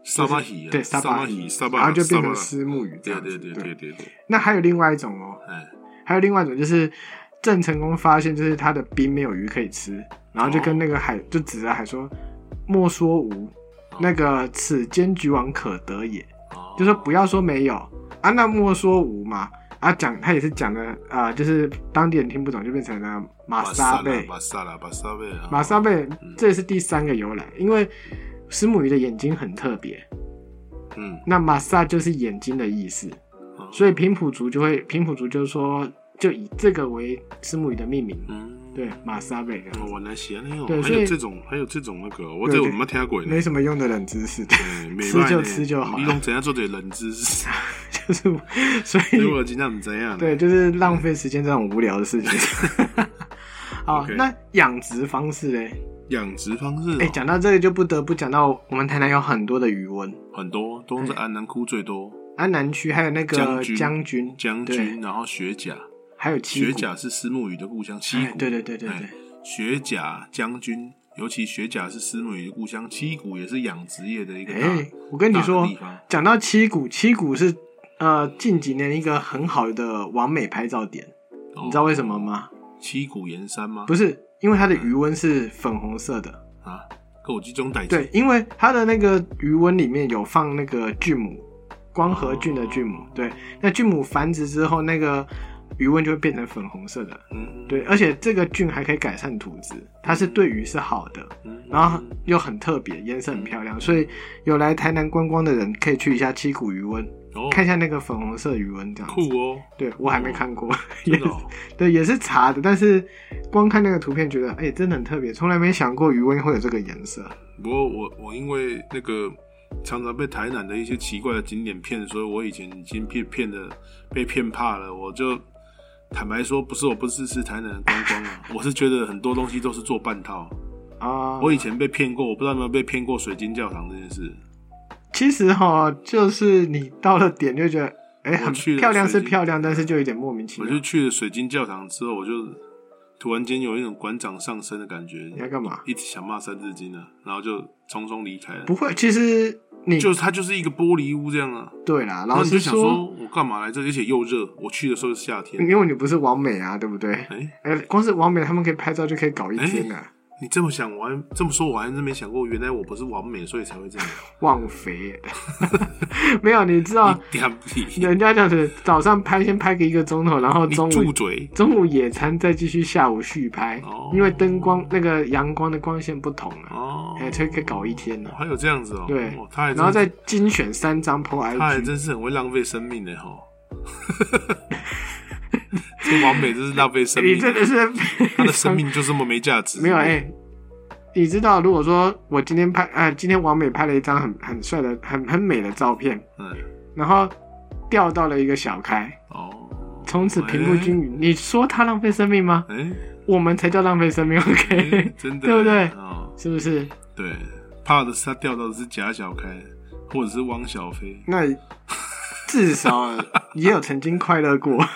S1: 沙巴鱼啊，
S2: 对
S1: 沙
S2: 沙
S1: 巴
S2: 巴
S1: 鱼，
S2: 鱼，
S1: 沙巴，
S2: 然后就变成
S1: 沙
S2: 丝木鱼
S1: 巴
S2: 这
S1: 对
S2: 样
S1: 对
S2: 子。
S1: 对对对对，
S2: 那还有另外一种哦，
S1: 哎，
S2: 还有另外一种就是郑成功发现就是他的兵没有鱼可以吃，然后就跟那个海、就指着海说：“莫说无，那个此间橘王可得也。”
S1: 哦
S2: 就说不要说没有啊，那莫说无嘛。啊，讲他也是讲的啊、呃就是当地人听不懂，就变成了马沙贝。
S1: 巴萨拉，巴萨贝啊，
S2: 马沙贝这也是第三个由来，因为石母鱼的眼睛很特别，
S1: 嗯，
S2: 那马萨就是眼睛的意思，
S1: 哦
S2: 所以平埔族就会平埔族就说就以这个为石母鱼的命名，
S1: 嗯，
S2: 对，马沙贝这样
S1: 哦，我来写那
S2: 对
S1: 个，还
S2: 所以
S1: 有这种，还有这种那个，我
S2: 对
S1: 这我
S2: 对
S1: 没听过呢
S2: 没，什么用的冷知识，
S1: 哎没
S2: 吃
S1: 办
S2: 就
S1: 呢
S2: 吃就好
S1: 你
S2: 了
S1: 用怎样做的冷知识？
S2: 就是我所 以
S1: 如果今天不怎样，
S2: 对，，就是浪费时间这种无聊的事情。 好
S1: OK
S2: 那养殖方式嘞？
S1: 养殖方式哦
S2: 哎、讲到这个就不得不讲到我们台南有很多的鱼温，
S1: 很多，都是
S2: 哎
S1: 安南窟最多，
S2: 安南区还有那
S1: 将
S2: 个
S1: 军
S2: 将军，
S1: 将
S2: 对
S1: 军，然后雪甲，
S2: 还有七
S1: 雪
S2: 股
S1: 甲是石目鱼的故乡，七
S2: 哎
S1: 股，
S2: 对对对对对
S1: 哎，雪甲将军，尤其雪甲是石目鱼的故乡，七股也是养殖业的一个
S2: 哎、
S1: 大。
S2: 我跟你
S1: 大
S2: 说
S1: 的地方，
S2: 讲到七股，七股是呃近几年一个很好的完美拍照点，
S1: 哦
S2: 你知道为什么吗？
S1: 七股盐山吗？
S2: 不是，因为它的鱼温是粉红色的。
S1: 啊，跟我集中逮
S2: 对，因为它的那个鱼温里面有放那个菌母，光合菌的菌母。对，那菌母繁殖之后，那个鱼温就会变成粉红色的。
S1: 嗯，
S2: 对，而且这个菌还可以改善土质，它是对鱼是好的，
S1: 嗯，
S2: 然后又很特别，颜色很漂亮，所以有来台南观光的人可以去一下七股鱼温，
S1: 哦，
S2: 看一下那个粉红色鱼温这样
S1: 酷
S2: 子。
S1: 哦，
S2: 对我还没看过，也
S1: 真的哦，
S2: 对， 也是查的，但是光看那个图片觉得，哎、真的很特别，从来没想过鱼温会有这个颜色。
S1: 不过我我因为那个常常被台南的一些奇怪的景点骗，所以我以前已经被骗的被骗怕了。我就坦白说，不是我不支持台南的观光啊，我是觉得很多东西都是做半套。
S2: 啊、
S1: 我以前被骗过，我不知道有没有被骗过水晶教堂这件事。
S2: 其实哈，就是你到了点就觉得，哎、
S1: 我
S2: 很
S1: 去了
S2: 漂亮
S1: 水
S2: 是
S1: 晶
S2: 漂亮，但是就有点莫名其
S1: 我
S2: 妙
S1: 就。去了水晶教堂之后，我就突然间有一种馆长上身的感觉
S2: 你，要干嘛？
S1: 一直想骂三字经啊，然后就匆匆离开了。
S2: 不会，其实你
S1: 就是它就是一个玻璃屋这样啊，
S2: 对啦。
S1: 然
S2: 老
S1: 后你就
S2: 实
S1: 想说，我干嘛来这里？而且又热，我去的时候是夏天。
S2: 因为你不是王美啊，对不对？
S1: 哎、
S2: 哎、光是王美他们可以拍照就可以搞一天啊了、
S1: 你这么想，我还这么说，我还真没想过，原来我不是完美，所以才会这样。
S2: 浪肥。没有，你知道，
S1: 你点屁！
S2: 人家这样子早上拍先拍个一个钟头，然后
S1: 你
S2: 中
S1: 住
S2: 午
S1: 嘴！
S2: 中午野餐，再继续下午续拍，
S1: 哦
S2: 因为灯光那个阳光的光线不同啊，
S1: 哦
S2: 哎、，所以可以搞一天呢、
S1: 还有这样子哦。
S2: 对
S1: 哦他还真
S2: 然后再精选三张 PO
S1: 他还
S2: IG，
S1: 真是很会浪费生命的哈。 这完美真是浪费生
S2: 你
S1: 命，
S2: 真的是
S1: 他
S2: 非
S1: 的生
S2: 常
S1: 命就这么没价值。
S2: 没有哎、你知道，如果说我今天拍啊、今天王美拍了一张很很帅的、很很美的照片，
S1: 嗯，
S2: 然后钓到了一个小开，
S1: 哦，
S2: 从此平步均匀，你说他浪费生命吗？
S1: 哎，
S2: 我们才叫浪费生命
S1: 哎
S2: ，OK？
S1: 真的，
S2: 对不对
S1: 哦，
S2: 是不是？
S1: 对，怕的是他钓到的是贾小开，或者是汪小菲。
S2: 那至少也有曾经快乐过。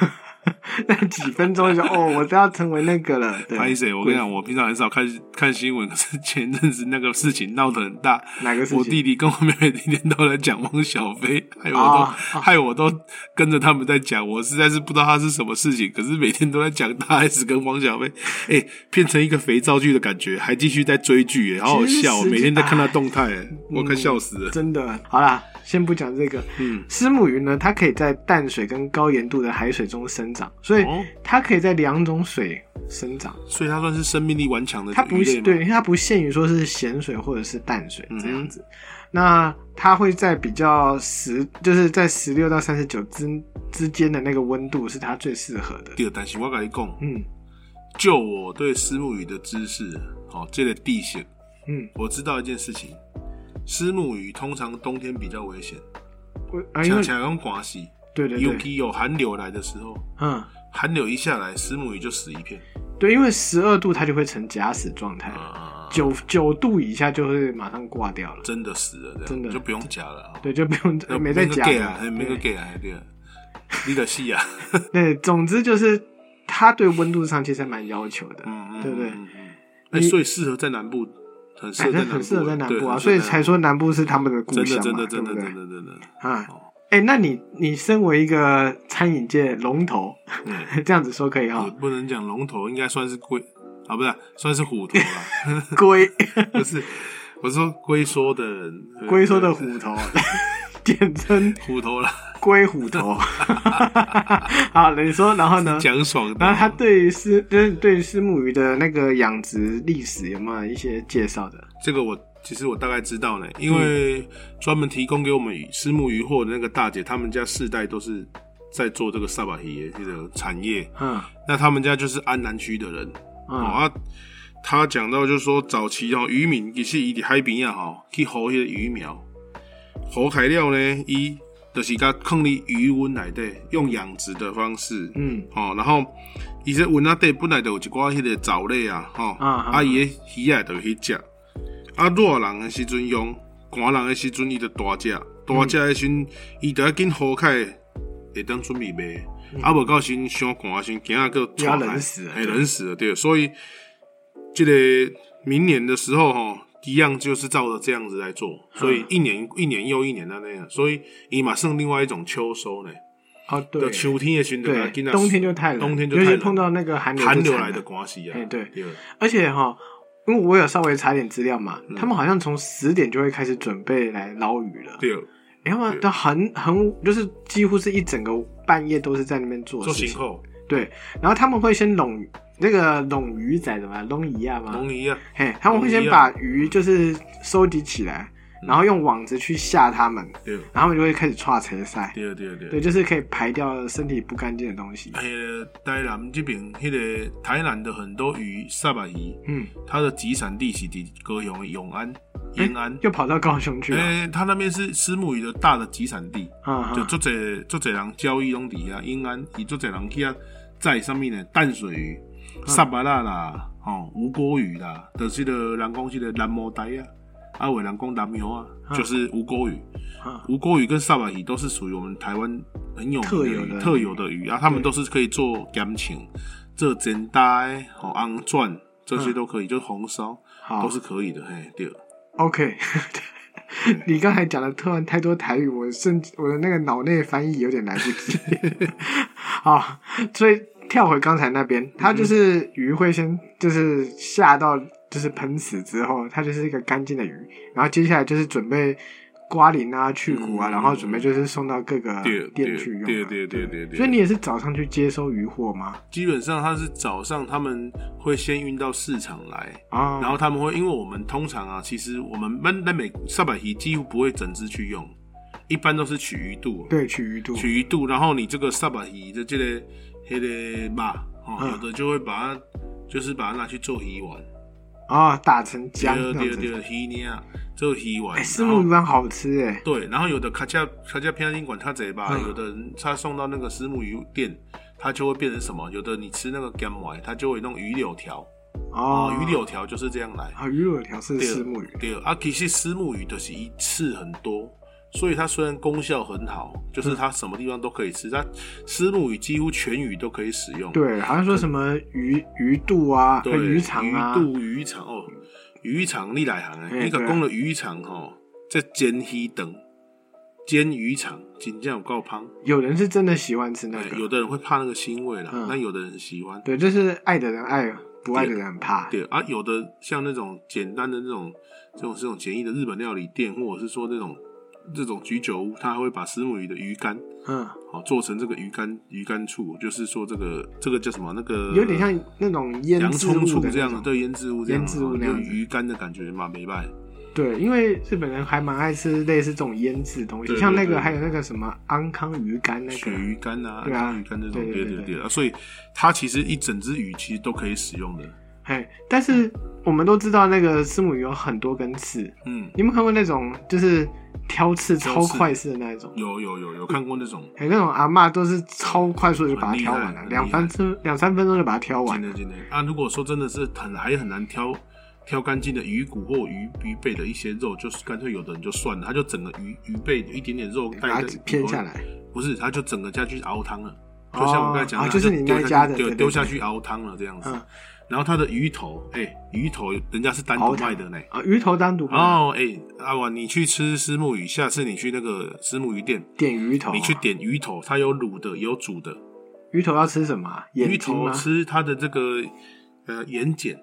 S2: 那几分钟就哦，我都要成为那个了。对，
S1: 拍谁？我跟你讲，我平常很少看看新闻，可 是前阵子那个事情闹得很大。
S2: 哪个事情？
S1: 我弟弟跟我妹妹天天都在讲汪小 菲，害我都、
S2: 啊啊
S1: 害我都跟着他们在讲，我实在是不知道他是什么事情，可是每天都在讲大 S 跟汪小菲， 哎、变成一个肥皂剧的感觉，还继续在追剧、哎，好好
S2: 其实
S1: 笑哦，我
S2: 实际
S1: 每天在看他
S2: 哎
S1: 动态、哎我快笑死了。
S2: 真的，好啦，先不讲这个。
S1: 嗯，
S2: 丝母鱼呢，它可以在淡水跟高盐度的海水中生长，所以
S1: 哦
S2: 它可以在两种水生长。
S1: 所以他算是生命力顽强的
S2: 它
S1: 鱼
S2: 不
S1: 类
S2: 是
S1: 嘛
S2: 对，它不限于说是咸水或者是淡水
S1: 嗯
S2: 这样子。那它会在比较十，就是在十六到三十九之之间的那个温度是它最适合的。
S1: 对，但是我跟你讲，
S2: 嗯
S1: 就我对石目鱼的知识，好、这个地形，
S2: 嗯，
S1: 我知道一件事情，石目鱼通常冬天比较危险，
S2: 我啊，因
S1: 像
S2: 为
S1: 像用刮西，
S2: 对对
S1: 尤
S2: 对，
S1: 其有寒流来的时候，
S2: 嗯，
S1: 寒流一下来，石目鱼就死一片。
S2: 对，因为十二度它就会成假死状态，
S1: 啊，
S2: 九九度以下就会马上挂掉了。
S1: 真的死了，这样
S2: 真的
S1: 就不用假了、啊。
S2: 对，就不
S1: 那
S2: 用没在
S1: 那个
S2: 假
S1: gay
S2: 的
S1: 啊，还没个
S2: 对
S1: gay 啊，还对啊，你的戏啊，
S2: 对，总之就是 它对温度上其实还蛮要求的。
S1: 嗯嗯，
S2: 对不对
S1: 嗯？嗯嗯哎，所以适合在南部很适
S2: 感
S1: 合在南部、
S2: 觉很适合在南部啊，
S1: 对
S2: 所以才说南部是他们的故
S1: 真
S2: 乡
S1: 的真
S2: 嘛，
S1: 的
S2: 对
S1: 真
S2: 不
S1: 的
S2: 对
S1: 真的真的，
S2: 啊。哎、那你你身为一个餐饮界龙头，
S1: 嗯，
S2: 这样子说可以哈
S1: 也？不能讲龙头，应该算是龟啊，不是算是虎头啦，
S2: 龟
S1: 不是，我是说龟缩的人，对
S2: 龟说的
S1: 对
S2: 虎头， 简称
S1: 虎头 啦，
S2: 龟虎头。 好，你说，然后呢？
S1: 讲爽的。
S2: 然后他对于丝就是对于丝木鱼的那个养殖历史有没有一些介绍的？
S1: 这个我其实我大概知道呢，因为专门提供给我们鱼私募渔获的那个大姐，他们家世代都是在做这个萨巴提耶这个产业，
S2: 嗯
S1: 那他们家就是安南区的人。哦
S2: 嗯
S1: 啊，他讲到就是说早期哦，渔民也是伊伫海边啊吼，去捕迄个鱼苗，捕开了呢，伊就是甲放伫鱼温内底，用养殖的方式，
S2: 嗯
S1: 哦，然后伊说温啊底本来就有一寡迄个藻类啊，吼、
S2: 啊啊
S1: 啊伊的鱼啊就去食，啊热人的时阵用，寒人的时阵伊就大只，大只的时阵伊就要紧好开，会当准备卖，啊无到时阵伤寒的时阵，惊啊个
S2: 要嗯冷死了
S1: 哎
S2: 对
S1: 冷死了对，所以这个明年的时候吼、一样就是照着这样子来做，
S2: 嗯
S1: 所以一年一年又一年的那样，所以伊马上另外一种秋收呢，
S2: 哦
S1: 就
S2: 对
S1: 秋天的时候就要
S2: 对
S1: 紧，啊
S2: 冬天就太冷，
S1: 冬天就
S2: 尤
S1: 太
S2: 其
S1: 冷
S2: 碰到那个寒流就
S1: 寒流
S2: 惨
S1: 来
S2: 了
S1: 的关系啊。
S2: 哎对
S1: 对，
S2: 而且哈，因为我有稍微查点资料嘛，他们好像从十点就会开始准备来捞鱼了。
S1: 对，
S2: 然后都很很就是几乎是一整个半夜都是在那边做
S1: 做
S2: 事
S1: 行
S2: 情。
S1: 后
S2: 对，然后他们会先拢那个拢鱼仔的嘛，拢鱼啊嘛，
S1: 龙一啊，嗯
S2: 嘿，他们会先把鱼就是收集起来，然后用网子去吓它们，
S1: 对
S2: 然后他们就会开始串成赛。
S1: 对对对。哎
S2: 对，就是可以排掉身体不干净的东西。
S1: 迄个台南这边，迄个台南的很多鱼，萨巴鱼，
S2: 嗯，
S1: 它的集散地是伫高雄的永安、延安。
S2: 又跑到高雄去了。
S1: 诶，它那边是石目鱼的大的集散地，
S2: 啊
S1: 哎就足侪足侪人交易拢伫遐。永安伊足侪人去遐载上面呢淡水鱼、
S2: 嗯
S1: 萨巴拉啦、吼吴锅鱼啦，就是个人讲是个南摩带啊，啊有的人讲南苗啊，
S2: 嗯
S1: 就是吴锅鱼。
S2: 啊，
S1: 吴锅鱼跟萨巴鱼都是属于我们台湾很有名
S2: 特有
S1: 的
S2: 的
S1: 鱼特有的鱼啊，他们都是可以做感情，这煎带、好昂钻这些都
S2: 嗯
S1: 可以，就是红烧
S2: 好，
S1: 都是可以的。嘿，对，
S2: OK，你刚才讲的突然太多台语，我甚我的那个脑内翻译有点来不及。 好，所以跳回刚才那边，它就是
S1: 嗯
S2: 鱼会先就是下到就是喷死之后，它就是一个干净的鱼，然后接下来就是准备刮鳞啊、去骨啊，
S1: 嗯
S2: 然后准备就是送到各个
S1: 对
S2: 店
S1: 对
S2: 去用啊。
S1: 对对对对对。
S2: 所以你也是早上去接收鱼货吗？
S1: 基本上它是早上他们会先运到市场来，
S2: 啊、
S1: 然后他们会因为我们通常啊，其实我们们在美萨百鱼几乎不会整只去用，一般都是取鱼肚。啊
S2: 对，取鱼肚，
S1: 取鱼肚，然后你这个萨巴鱼的这个黑的吧，哦，
S2: 嗯
S1: 有的就会把它就是把它拿去做鱼丸，
S2: 啊、打成
S1: 第
S2: 浆
S1: 二第
S2: 这样
S1: 二第
S2: 子。
S1: 二鱼泥啊，做鱼丸，
S2: 哎，石
S1: 然
S2: 目鱼
S1: 后
S2: 丸好吃哎、
S1: 对，然后有的卡加卡加偏心馆它贼吧，
S2: 嗯
S1: 有的人他送到那个石目鱼店，它就会变成什么？有的你吃那个干丸，它就会弄鱼柳条，
S2: 哦
S1: 哦，，鱼柳条就是这样来，
S2: 啊，鱼柳条是
S1: 对
S2: 石目鱼，
S1: 对，啊，其实丝木鱼就是一次很多，所以它虽然功效很好，
S2: 嗯
S1: 就是它什么地方都可以吃。它丝木鱼几乎全鱼都可以使用，
S2: 对，好像说什么鱼鱼肚啊、
S1: 对，
S2: 呃鱼肠啊，
S1: 鱼肚、鱼肠哦，鱼肠你来行
S2: 嘿
S1: 诶，你
S2: 对
S1: 讲
S2: 啊
S1: 讲了鱼肠吼，这煎鱼等煎鱼肠，真正有够香。
S2: 有人是真的喜欢吃那
S1: 哎有
S2: 个，
S1: 的人会怕那个腥味啦
S2: 嗯，
S1: 但有的人喜欢。
S2: 对，就是爱的人爱，不爱的人怕，
S1: 对啊，有的像那种简单的那种、这种、这种简易的日本料理店，或者是说那种这种居酒屋，它还会把石目鱼的鱼干，
S2: 嗯，
S1: 好、做成这个鱼干鱼干醋，就是说这个这个叫什么？那个
S2: 有点像那种腌
S1: 呃洋
S2: 制
S1: 葱
S2: 物
S1: 醋
S2: 的
S1: 这
S2: 那
S1: 样，
S2: 种，
S1: 对，腌制物这样，
S2: 腌制物
S1: 哦
S2: 那样子
S1: 有鱼干的感觉嘛，没办法。
S2: 对，因为日本人还蛮爱吃类似这种腌制的东西，
S1: 对
S2: 像那
S1: 对
S2: 个
S1: 对
S2: 还有那个什么安康鱼干那
S1: 鳕
S2: 个，
S1: 鱼干啊，
S2: 对啊
S1: 安康鱼干这种，
S2: 对对
S1: 对
S2: 对对
S1: 对啊，所以它其实一整只鱼其实都可以使用的。
S2: 哎，但是我们都知道那个石目鱼有很多根刺，
S1: 嗯，
S2: 你有没有看过那种就是挑刺
S1: 挑
S2: 超
S1: 刺
S2: 快式的那一种？
S1: 有有有有看过那种，
S2: 哎、那种阿嬷都是超快速就把它挑完了，
S1: 很厉害
S2: 两分钟、两三分钟就把它挑完
S1: 真
S2: 了。
S1: 的真的啊！如果说真的是很还很难挑挑干净的鱼骨或鱼鱼背的一些肉，就是干脆有的人就算了，他就整个鱼鱼背有一点点肉
S2: 把
S1: 带
S2: 它偏下，来，
S1: 不是，他就整个下去熬汤了。
S2: 哦
S1: 就像我刚才讲的，
S2: 啊就是你那家的
S1: 丢
S2: 对对
S1: 丢下去熬汤了这样子
S2: 嗯。
S1: 然后它的鱼头，哎、鱼头人家是单独卖的呢。
S2: 啊，鱼头单独卖
S1: 哦，哎、阿婉，你去吃石目鱼，下次你去那个石目鱼店，
S2: 点鱼头啊，
S1: 你去点鱼头，它有卤的，有煮的。
S2: 鱼头要吃什么啊？
S1: 鱼
S2: 眼睛
S1: 头
S2: 吗？
S1: 吃它的这个呃眼睑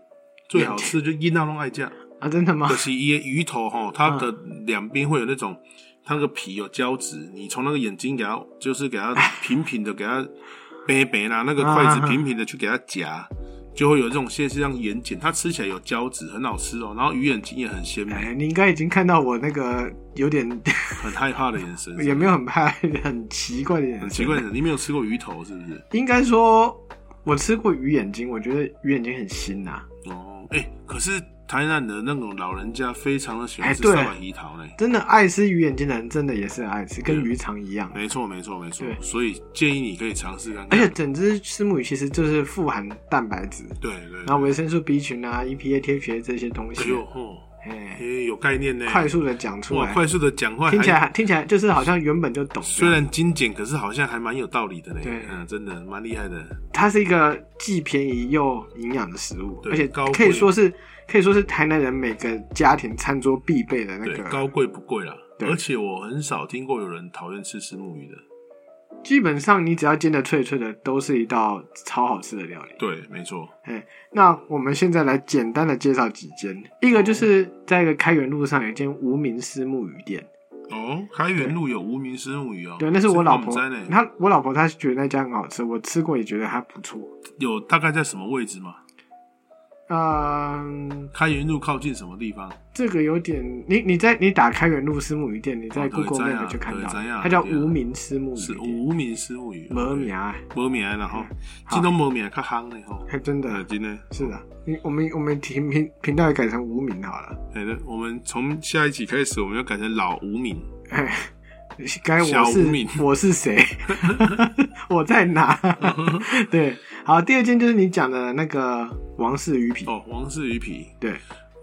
S1: 最好吃，就一那弄爱嗯酱。
S2: 啊，真的吗
S1: 可？惜鱼鱼头哈，它的两边会有那种，它那个皮有胶质，你从那个眼睛给它，就是给它平平的给它掰掰啦，那个筷子
S2: 啊
S1: 平平的去给它夹，就会有这种现象，像眼睑，它吃起来有胶质，很好吃哦。然后鱼眼睛也很 鲜美，
S2: 哎，你应该已经看到我那个有点， ，
S1: 很害怕的眼神
S2: 也没有很怕， 很奇怪的眼神。
S1: 很奇怪的眼神。你没有吃过鱼头是不是？
S2: 应该说，我吃过鱼眼睛，我觉得鱼眼睛很啊腥呐、
S1: 哦，哎、可是台南的那种老人家非常的喜欢
S2: 哎
S1: 吃
S2: 对
S1: 烧白鱼头呢。
S2: 真的爱吃鱼眼睛的人，真的也是很爱吃，跟
S1: 对
S2: 鱼肠一样。
S1: 没错，没错，没错
S2: 对。
S1: 所以建议你可以尝试看
S2: 而
S1: 看。
S2: 且整只石母鱼其实就是富含蛋白质，
S1: 对对
S2: 然
S1: 对，
S2: 后维生素 B 群啊、EPA、THA 这些东
S1: 哎
S2: 西
S1: 呦，哦，
S2: 哎，
S1: 也有概念呢。
S2: 快速的讲出
S1: 哇，
S2: 来，
S1: 快速的讲话，
S2: 听起
S1: 还
S2: 来听起来就是好像原本就懂。
S1: 虽然精简，可是好像还蛮有道理的呢。
S2: 对
S1: 嗯，真的蛮厉害的。
S2: 它是一个既便宜又营养的食物，
S1: 对
S2: 而且
S1: 高贵
S2: 可以说是可以说是台南人每个家庭餐桌必备的那
S1: 对，
S2: 个，
S1: 高贵不贵啦。
S2: 对
S1: 而且我很少听过有人讨厌吃石目鱼的。
S2: 基本上你只要煎的脆脆的，都是一道超好吃的料理。
S1: 对，没错。
S2: 那我们现在来简单的介绍几间，一个就是在一个开元路上有一间无名私木鱼店，
S1: 哦，开元路有无名石目鱼哦。
S2: 对，那是我老
S1: 这
S2: 婆
S1: 个我们在，呢。
S2: 她我老婆她觉得那家很好吃，我吃过也觉得还不错。
S1: 有大概在什么位置吗？
S2: 嗯，
S1: 开元路靠近什么地方？
S2: 这个有点，你你在你打开元路私木鱼店，你在
S1: 哦对
S2: Google
S1: 知道
S2: Map 就看到
S1: 对知道
S2: 了，它叫
S1: 对啊
S2: 无名私木鱼
S1: 是
S2: 店，
S1: 无名石目鱼。哦
S2: 没名啊，
S1: 无名啦吼，
S2: 好
S1: 这种无名较啊夯的吼。
S2: 还真
S1: 呃，
S2: 的
S1: 真的
S2: 是的。你我们我们频频频道也改成无名好了，
S1: 哎，那我们从下一集开始，我们要改成老无名。
S2: 哎，该我
S1: 小无
S2: 是
S1: 名
S2: 我是谁， 我在哪？ 对，好，第二件就是你讲的那个王氏鱼皮，
S1: 哦，王氏鱼皮，
S2: 对，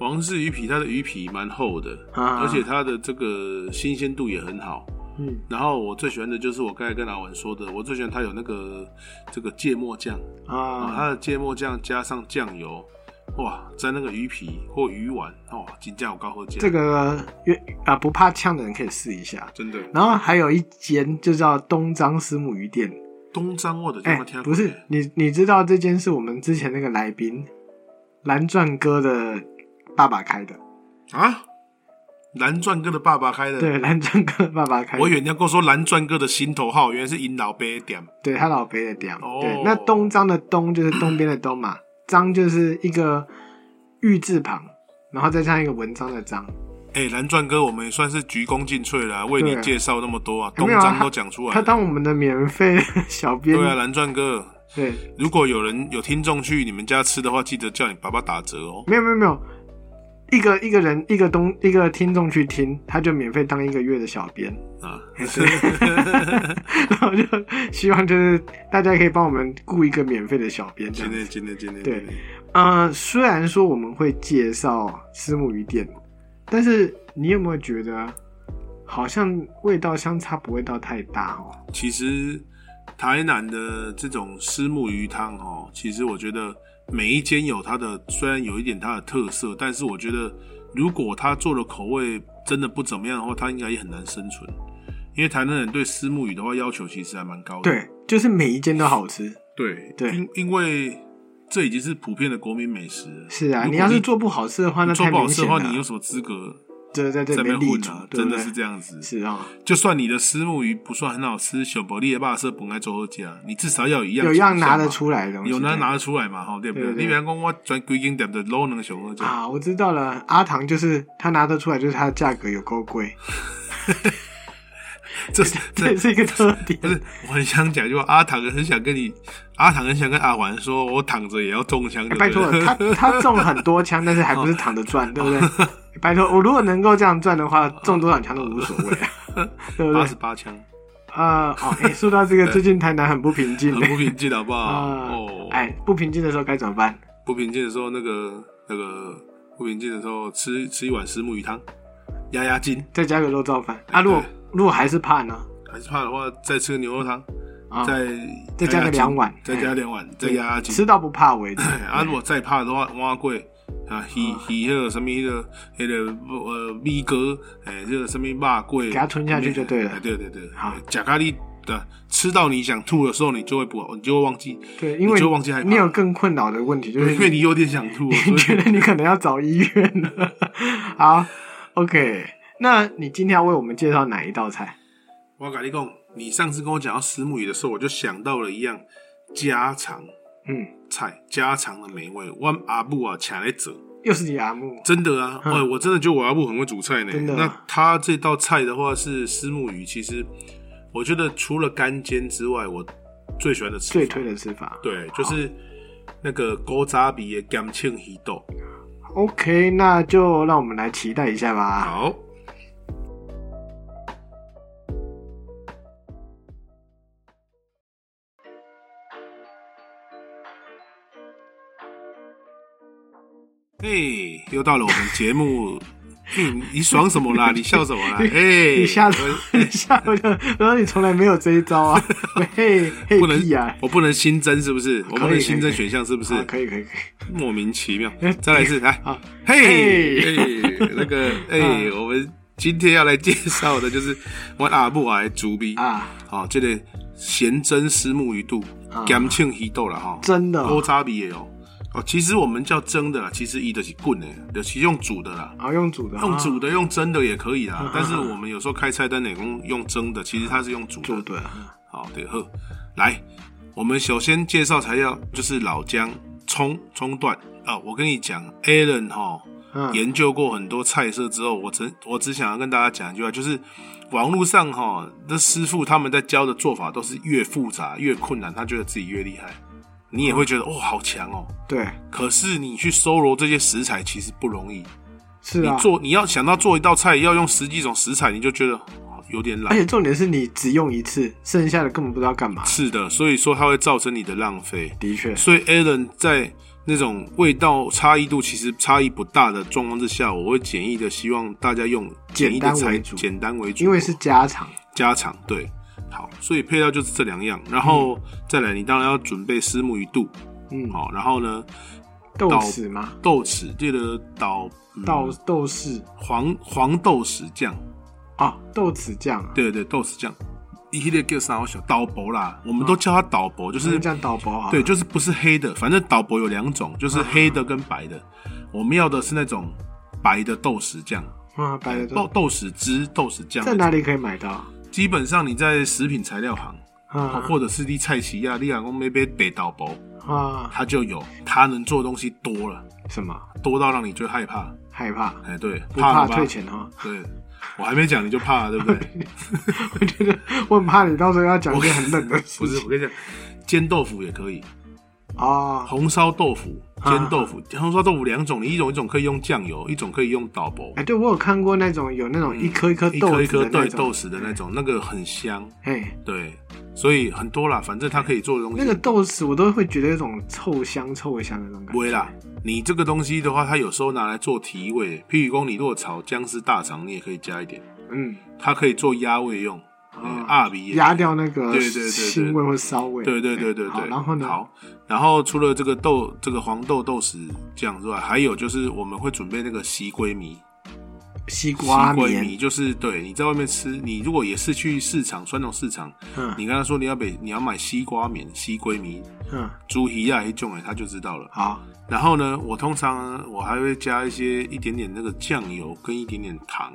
S1: 王氏鱼皮它的鱼皮蛮厚的，
S2: 啊
S1: 而且它的这个新鲜度也很好。
S2: 嗯，
S1: 然后我最喜欢的就是我刚才跟阿文说的，我最喜欢它有那个这个芥末酱啊，
S2: 啊，
S1: 它的芥末酱加上酱油，哇，沾那个鱼皮或鱼丸，哦，金酱有高喝酱，
S2: 这个越啊不怕呛的人可以试一下。
S1: 真的
S2: 然后还有一间就叫东张私母鱼店，
S1: 哦东张我的就
S2: 哎、
S1: 没听过
S2: 不是你，你知道这间是我们之前那个来宾蓝钻哥的爸爸开的，
S1: 啊，蓝钻哥的爸爸开的，
S2: 对，蓝钻哥的爸爸开的，
S1: 我以为你要跟我说蓝钻哥的心头号，原来是银老杯点。
S2: 对他老北的店。
S1: 哦
S2: 对，那东张的东就是东边的东嘛，张就是一个玉字旁，然后再加上一个文章的章。
S1: 哎、蓝钻哥，我们也算是鞠躬尽瘁了、为你
S2: 对啊
S1: 介绍那么多啊，
S2: 有
S1: 东
S2: 没有啊
S1: 张都讲出来
S2: 他
S1: 了。
S2: 当我们的免费小编，
S1: 对啊，蓝钻哥，
S2: 对，
S1: 如果有人有听众去你们家吃的话，记得叫你爸爸打折哦。
S2: 没有没有没有，一个一个人一个东一个听众去听，他就免费当一个月的小 编。
S1: 啊，
S2: 哎 然后就希望就是大家可以帮我们雇一个免费的小编
S1: 今
S2: 这样子。
S1: 天今天今天
S2: 对，呃，虽然说我们会介绍私木鱼店，但是你有没有觉得好像味道相差不会到太大哦？
S1: 其实台南的这种虱目鱼汤哦，其实我觉得每一间有它的，虽然有一点它的特色，但是我觉得如果它做的口味真的不怎么样的话，它应该也很难生存。因为台南人对虱目鱼的话要求其实还蛮高的，
S2: 对，就是每一间都好吃。
S1: 对
S2: 对
S1: 因因为这已经是普遍的国民美食了。
S2: 是啊，
S1: 如果
S2: 你要是做不好吃的话，那
S1: 你做
S2: 太
S1: 不好
S2: 明
S1: 吃的
S2: 显
S1: 话，你有
S2: 了。
S1: 什么资格
S2: 对对对，
S1: 在那
S2: 没
S1: 边
S2: 立
S1: 混
S2: 足
S1: 啊，？
S2: 对
S1: 真
S2: 不
S1: 的
S2: 对
S1: 是这样子。
S2: 是啊、
S1: 就算你的虱目鱼不算很好吃，小伯利的霸色本来做好家，你至少要有一样
S2: 有样
S1: 形象
S2: 拿得
S1: 嘛
S2: 出来的东西。
S1: 有
S2: 对
S1: 能拿得出来嘛？哈，对不对？
S2: 对对对
S1: 你比方讲，我全规定点的捞两小喝酱，
S2: 啊，我知道了。阿唐就是他拿得出来，就是它的价格有够贵，
S1: 这是
S2: 这
S1: 这
S2: 是一个特点
S1: 不。是我很想讲，就阿唐很想跟你，阿唐很想跟阿环说，我躺着也要中枪，对
S2: 哎拜
S1: 不
S2: 托，
S1: 对？哦
S2: 他他中很多枪，但是还不是躺着赚，对不对？ 拜托，我如果能够这样赚的话，中多少枪都无所谓，啊对不
S1: 哦八
S2: 对
S1: 十？八枪，
S2: 啊、哦，哎、说到这个，最近台南很不平静
S1: 很不平静，好不好？
S2: 啊，
S1: 哦，
S2: 哎、不平静的时候该怎么办？
S1: 不平静的时候，那个那个不平静的时候，吃吃一碗石目鱼汤，压压惊。
S2: 再加个肉燥饭啊！如果
S1: 对
S2: 如果还是怕呢？
S1: 还是怕的话，再吃个牛肉汤，
S2: 啊，
S1: 再
S2: 再加个
S1: 进
S2: 两碗哎
S1: 再加两碗，再
S2: 对
S1: 加阿金。
S2: 嗯吃嗯到不怕 为止。
S1: 啊，如果再怕的话，碗粿啊，
S2: 哦
S1: 鱼鱼迄个什么迄个迄个呃米糕，哎，这个什么肉粿，
S2: 给它吞下去就对了
S1: 哎对对对，
S2: 好
S1: 假咖喱的啊吃到你想吐的时候，你就会不，你就会忘记，
S2: 对，因为
S1: 你就忘记害怕
S2: 你有更困扰的问题，就是
S1: 因为你有点想 吐，所
S2: 你觉
S1: 以
S2: 得你可能要找医院了。好，OK，那你今天要为我们介绍哪一道菜？
S1: 我跟你讲，你上次跟我讲到石母鱼的时候，我就想到了一样家常
S2: 嗯，
S1: 菜，家常的美味。我阿布啊，请来做，
S2: 又是你阿木，
S1: 真的啊，哎、我真的觉得我阿布很会煮菜呢。
S2: 嗯真的啊
S1: 那他这道菜的话是石母鱼，其实我觉得除了干煎之外，我最喜欢的吃
S2: 最
S1: 法
S2: 推的吃法。
S1: 对就是那个勾扎比的干青鱼豆。
S2: OK，那就让我们来期待一下吧。
S1: 好，嘿，又到了我们节 目。嘿你爽什么啦？你笑什么啦？哎，
S2: 你吓
S1: 我
S2: 我，你吓我就，然后你从来没有这一招 啊！嘿，嘿
S1: 不能
S2: 屁啊！
S1: 我不能新增是不是？我不
S2: 可以
S1: 能新增选项是不是
S2: 啊，？可以可以可以，
S1: 莫名其妙
S2: 哎。
S1: 再来一次，来
S2: 好，
S1: 嘿，
S2: 嘿啊
S1: 哎那 个，哎，我们今天要来介绍的就是我阿布来煮比
S2: 啊，
S1: 好，哦这个咸蒸石目鱼肚
S2: 啊，
S1: 咸庆鱼肚啦哈，
S2: 真的
S1: 勾
S2: 哦，
S1: 扎比也有。哦，其实我们叫蒸的啦，其实伊的是棍的，就是用煮的啦，
S2: 啊，用煮的，
S1: 用
S2: 啊
S1: 煮的用蒸的也可以啦。但是我们有时候开菜单也用用蒸的，其实它是用煮
S2: 煮
S1: 的。
S2: 的，
S1: 好，对，呵，来，我们首先介绍材料就是老姜、葱、葱段啊。我跟你讲，Alan 哈，
S2: 嗯，
S1: 研究过很多菜色之后，我只我只想要跟大家讲一句话，就是网络上哈，这师傅他们在教的做法都是越复杂越困难，他觉得自己越厉害，你也会觉得哦好强哦。
S2: 对，
S1: 可是你去搜罗这些食材其实不容易，
S2: 是
S1: 你
S2: 啊。
S1: 做你要想到做一道菜要用十几种食材，你就觉得哦有点
S2: 而
S1: 懒。
S2: 且重点是你只用一次，剩下的根本不知道干嘛。
S1: 是的，所以说它会造成你的浪费。
S2: 的确，
S1: 所以 Alan 在那种味道差异度其实差异不大的状况之下，我会简易的希望大家用简易的
S2: 简单
S1: 材
S2: 为主
S1: 简单为主，
S2: 因为是家常，
S1: 家常对。好，所以配料就是这两样，然后再来，你当然要准备虱目鱼肚，
S2: 嗯，
S1: 好，然后呢，
S2: 豆
S1: 倒
S2: 豉吗？
S1: 豆豉，这个倒
S2: 豆豆豉
S1: 嗯黄黄豆豉酱，
S2: 啊，豆豉酱啊，
S1: 对对，豆豉酱，一列叫啥？我想倒薄啦，我
S2: 嗯
S1: 们都叫它倒薄，就
S2: 就是是这样倒包啊。啊
S1: 对，就是不是黑的，反正岛博有两种，就是黑的跟白的。我们要的是那种白的豆豉酱，
S2: 啊，白的
S1: 豆
S2: 豆
S1: 豆豉汁、豆豉酱。
S2: 在哪里可以买到？
S1: 基本上你在食品材料行，
S2: 啊
S1: 或者是你菜奇亚、利亚公那边北岛博，
S2: 啊，
S1: 它就有，它能做的东西多了，
S2: 什么
S1: 多到让你觉得害怕。
S2: 害怕？
S1: 哎，对，
S2: 不
S1: 怕
S2: 怕
S1: 了吧
S2: 退钱哦哈？
S1: 对，我还没讲你就怕了，对不对？
S2: 我觉得我很怕你到时候要讲一些很冷的
S1: 不
S2: 事
S1: 是，
S2: 情
S1: 我跟你讲，煎豆腐也可以，
S2: 啊。
S1: 红烧豆腐、煎豆腐、红烧豆腐两种，你一种一种可以用酱油，一种可以用岛博。
S2: 哎，对我有看过那种有那种一颗一颗
S1: 一嗯
S2: 豆
S1: 颗一
S2: 子
S1: 颗
S2: 的那
S1: 对豆
S2: 种，
S1: 豉的那种，那个很香，
S2: 哎，
S1: 对，所以很多啦，反正它可以做的东西。
S2: 那个豆豉我都会觉得有种臭香臭香的那种感
S1: 不会
S2: 觉。
S1: 啦，你这个东西的话，它有时候拿来做提味，譬如说你如果炒姜丝大肠，你也可以加一点，
S2: 嗯，
S1: 它可以做鸭味用，
S2: 哦
S1: 嗯，阿鼻也可以
S2: 压掉那个
S1: 对对对对
S2: 腥味或骚味。
S1: 对对对对
S2: 哎好
S1: 对。
S2: 然后呢？
S1: 好，然后除了这个豆这个黄豆豆豉酱之外，还有就是我们会准备那个西龟米。
S2: 西
S1: 西
S2: 瓜
S1: 龟
S2: 棉
S1: 米，就是对你在外面吃，你如果也是去市场传统市场，
S2: 嗯
S1: 你跟他说你要买你要买西瓜棉、西龟米，
S2: 嗯，
S1: 猪皮亚一种哎，他就知道了。
S2: 好，
S1: 然后呢，我通常我还会加一些一点点那个酱油跟一点点糖，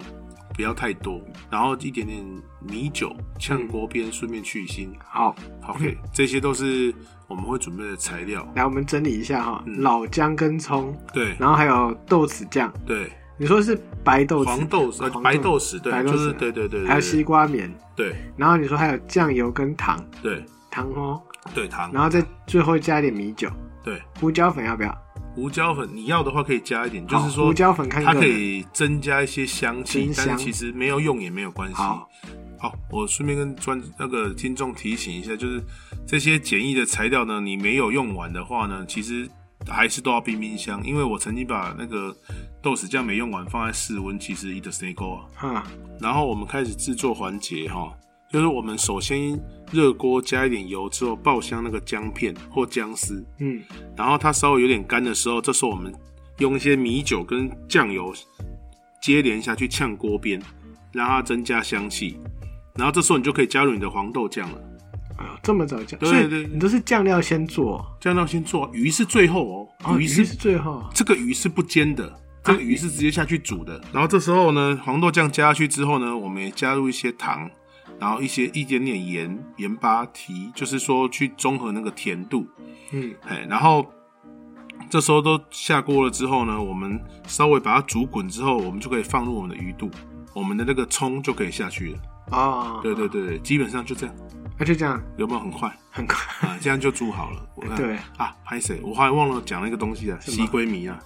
S1: 不要太多，然后一点点米酒炝锅边，顺便去腥。
S2: 好，
S1: OK，这些都是我们会准备的材料。
S2: 来我们整理一下哈，
S1: 嗯
S2: 老姜跟葱，
S1: 对
S2: 然后还有豆豉酱，
S1: 对，
S2: 你说是白豆
S1: 黄
S2: 豉、
S1: 豆呃
S2: 黄
S1: 白豆豉，对
S2: 白，豆
S1: 就是
S2: 豉，
S1: 对对对，对
S2: 还有西，瓜棉，
S1: 对
S2: 然后你说还有酱油跟糖，
S1: 对
S2: 糖哦，
S1: 对糖，
S2: 然后再最后加一点米酒，
S1: 对
S2: 胡椒粉要不要？
S1: 胡椒粉你要的话可以加一点，就
S2: 好
S1: 是说
S2: 胡椒粉看
S1: 它
S2: 个
S1: 可
S2: 人
S1: 以增加一些香气
S2: 增，
S1: 但是
S2: 香
S1: 其实没有用也没有关系。
S2: 好
S1: 好，我顺便跟专那个听众提醒一下，就是这些简易的材料呢，你没有用完的话呢，其实还是都要冰冰箱，因为我曾经把那个豆豉酱没用完放在室温，其实一的 s n a k 啊。
S2: 嗯，
S1: 然后我们开始制作环节哈，就是我们首先热锅加一点油之后爆香那个姜片或姜丝，
S2: 嗯，
S1: 然后它稍微有点干的时候，这时候我们用一些米酒跟酱油接连下去呛锅边，让它增加香气。然后这时候你就可以加入你的黄豆酱了。
S2: 哎呦，这么早讲，
S1: 对
S2: 所
S1: 对
S2: 以
S1: 对
S2: 你都是酱料先做，
S1: 酱料先做，鱼是最后
S2: 哦
S1: 哦，
S2: 鱼
S1: 是
S2: 是最后，
S1: 这个鱼是不煎的，这个鱼是直接下去煮的。然后这时候呢，黄豆酱加下去之后呢，我们也加入一些糖，然后一些一点点盐、盐巴提，就是说去中和那个甜度。
S2: 嗯，
S1: 哎，然后这时候都下锅了之后呢，我们稍微把它煮滚之后，我们就可以放入我们的鱼肚，我们的那个葱就可以下去了。
S2: 哦，
S1: 对对，对对，基本上就这样，
S2: 那就这样，
S1: 有没有很快？
S2: 很快，
S1: 啊，这样就煮好了。我
S2: 对
S1: 啊，拍谁？我还忘了讲那个东西啊，
S2: 么
S1: 西归米啊，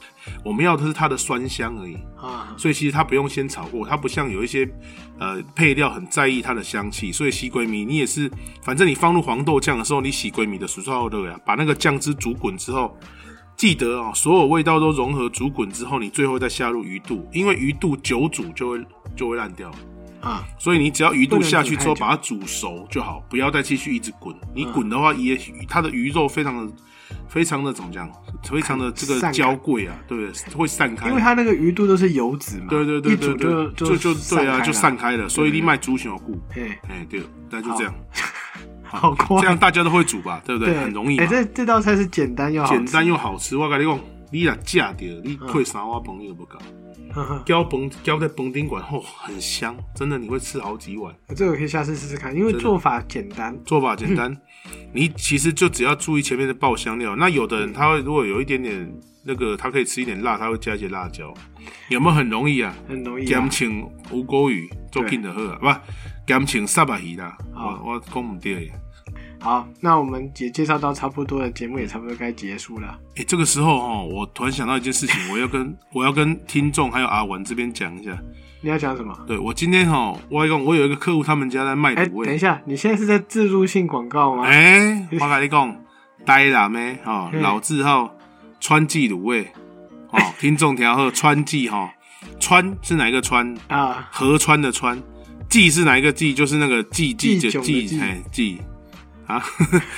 S1: 我们要的是它的酸香而已。
S2: 啊，
S1: 所以其实它不用先炒过，它不像有一些呃配料很在意它的香气，所以西归米你也是，反正你放入黄豆酱的时候，你洗归米的熟烧肉呀，把那个酱汁煮滚之后，记得哦，所有味道都融合煮滚之后，你最后再下入鱼肚，因为鱼肚久煮就会就会烂掉，
S2: 啊，
S1: 所以你只要鱼
S2: 不
S1: 肚
S2: 能
S1: 下
S2: 煮
S1: 去
S2: 太
S1: 之后
S2: 久
S1: 把它煮熟就好，不要再继续一直滚，你滚的话也它的鱼肉非常的。非常的怎么讲？非常的这
S2: 散
S1: 个
S2: 开
S1: 娇贵啊，对不对？会散开，
S2: 因为它那个鱼肚都是油脂嘛，
S1: 对对对对
S2: 一煮
S1: 对，
S2: 就
S1: 就对啊，就散
S2: 散开
S1: 开了，所以
S2: 对
S1: 你卖猪小骨，
S2: 了，哎，
S1: 哎对，那就这样，
S2: 好快，
S1: 这样大家都会煮吧，对不对？
S2: 对，
S1: 很容易嘛
S2: 哎，，这这道菜是简单又好吃嗯
S1: 简单又好吃。我跟你讲，你若嫁掉，你退三碗饭你都不搞，
S2: 呵呵
S1: 浇崩浇在崩丁馆后很香，真的你会吃好几碗。
S2: 这个可以下次试试看，因为做法简单，
S1: 做法简单，你其实就只要注意前面的爆香料。那有的
S2: 嗯
S1: 人他会如果有一点点那个，他可以吃一点辣，他会加一些辣椒，有没有很容易啊？
S2: 很容易啊
S1: 咸。青乌骨鱼做紧就好啊，不，咸青沙白鱼啦，
S2: 好
S1: 我我讲唔对。
S2: 好，那我们也介绍到差不多了，节目也差不多该结束了。
S1: 哎、这个时候哦，我突然想到一件事情，我要跟我要跟听众还有阿文这边讲一下。
S2: 你要讲什么？
S1: 对我今天哦，我讲我有一个客户，他们家在卖
S2: 哎、
S1: 卤
S2: 等
S1: 味。
S2: 一下，你现在是在自入性广告吗？
S1: 哎、我跟你讲，呆啦咩哦，
S2: 嗯
S1: 老字号川记卤味哦，听众听好，川记哈、哦，川是哪一个川？
S2: 啊，
S1: 河川的川，季是哪一个季？就是那个季季
S2: 祭
S1: 的
S2: 酒的
S1: 季
S2: 祭，
S1: 哎季啊，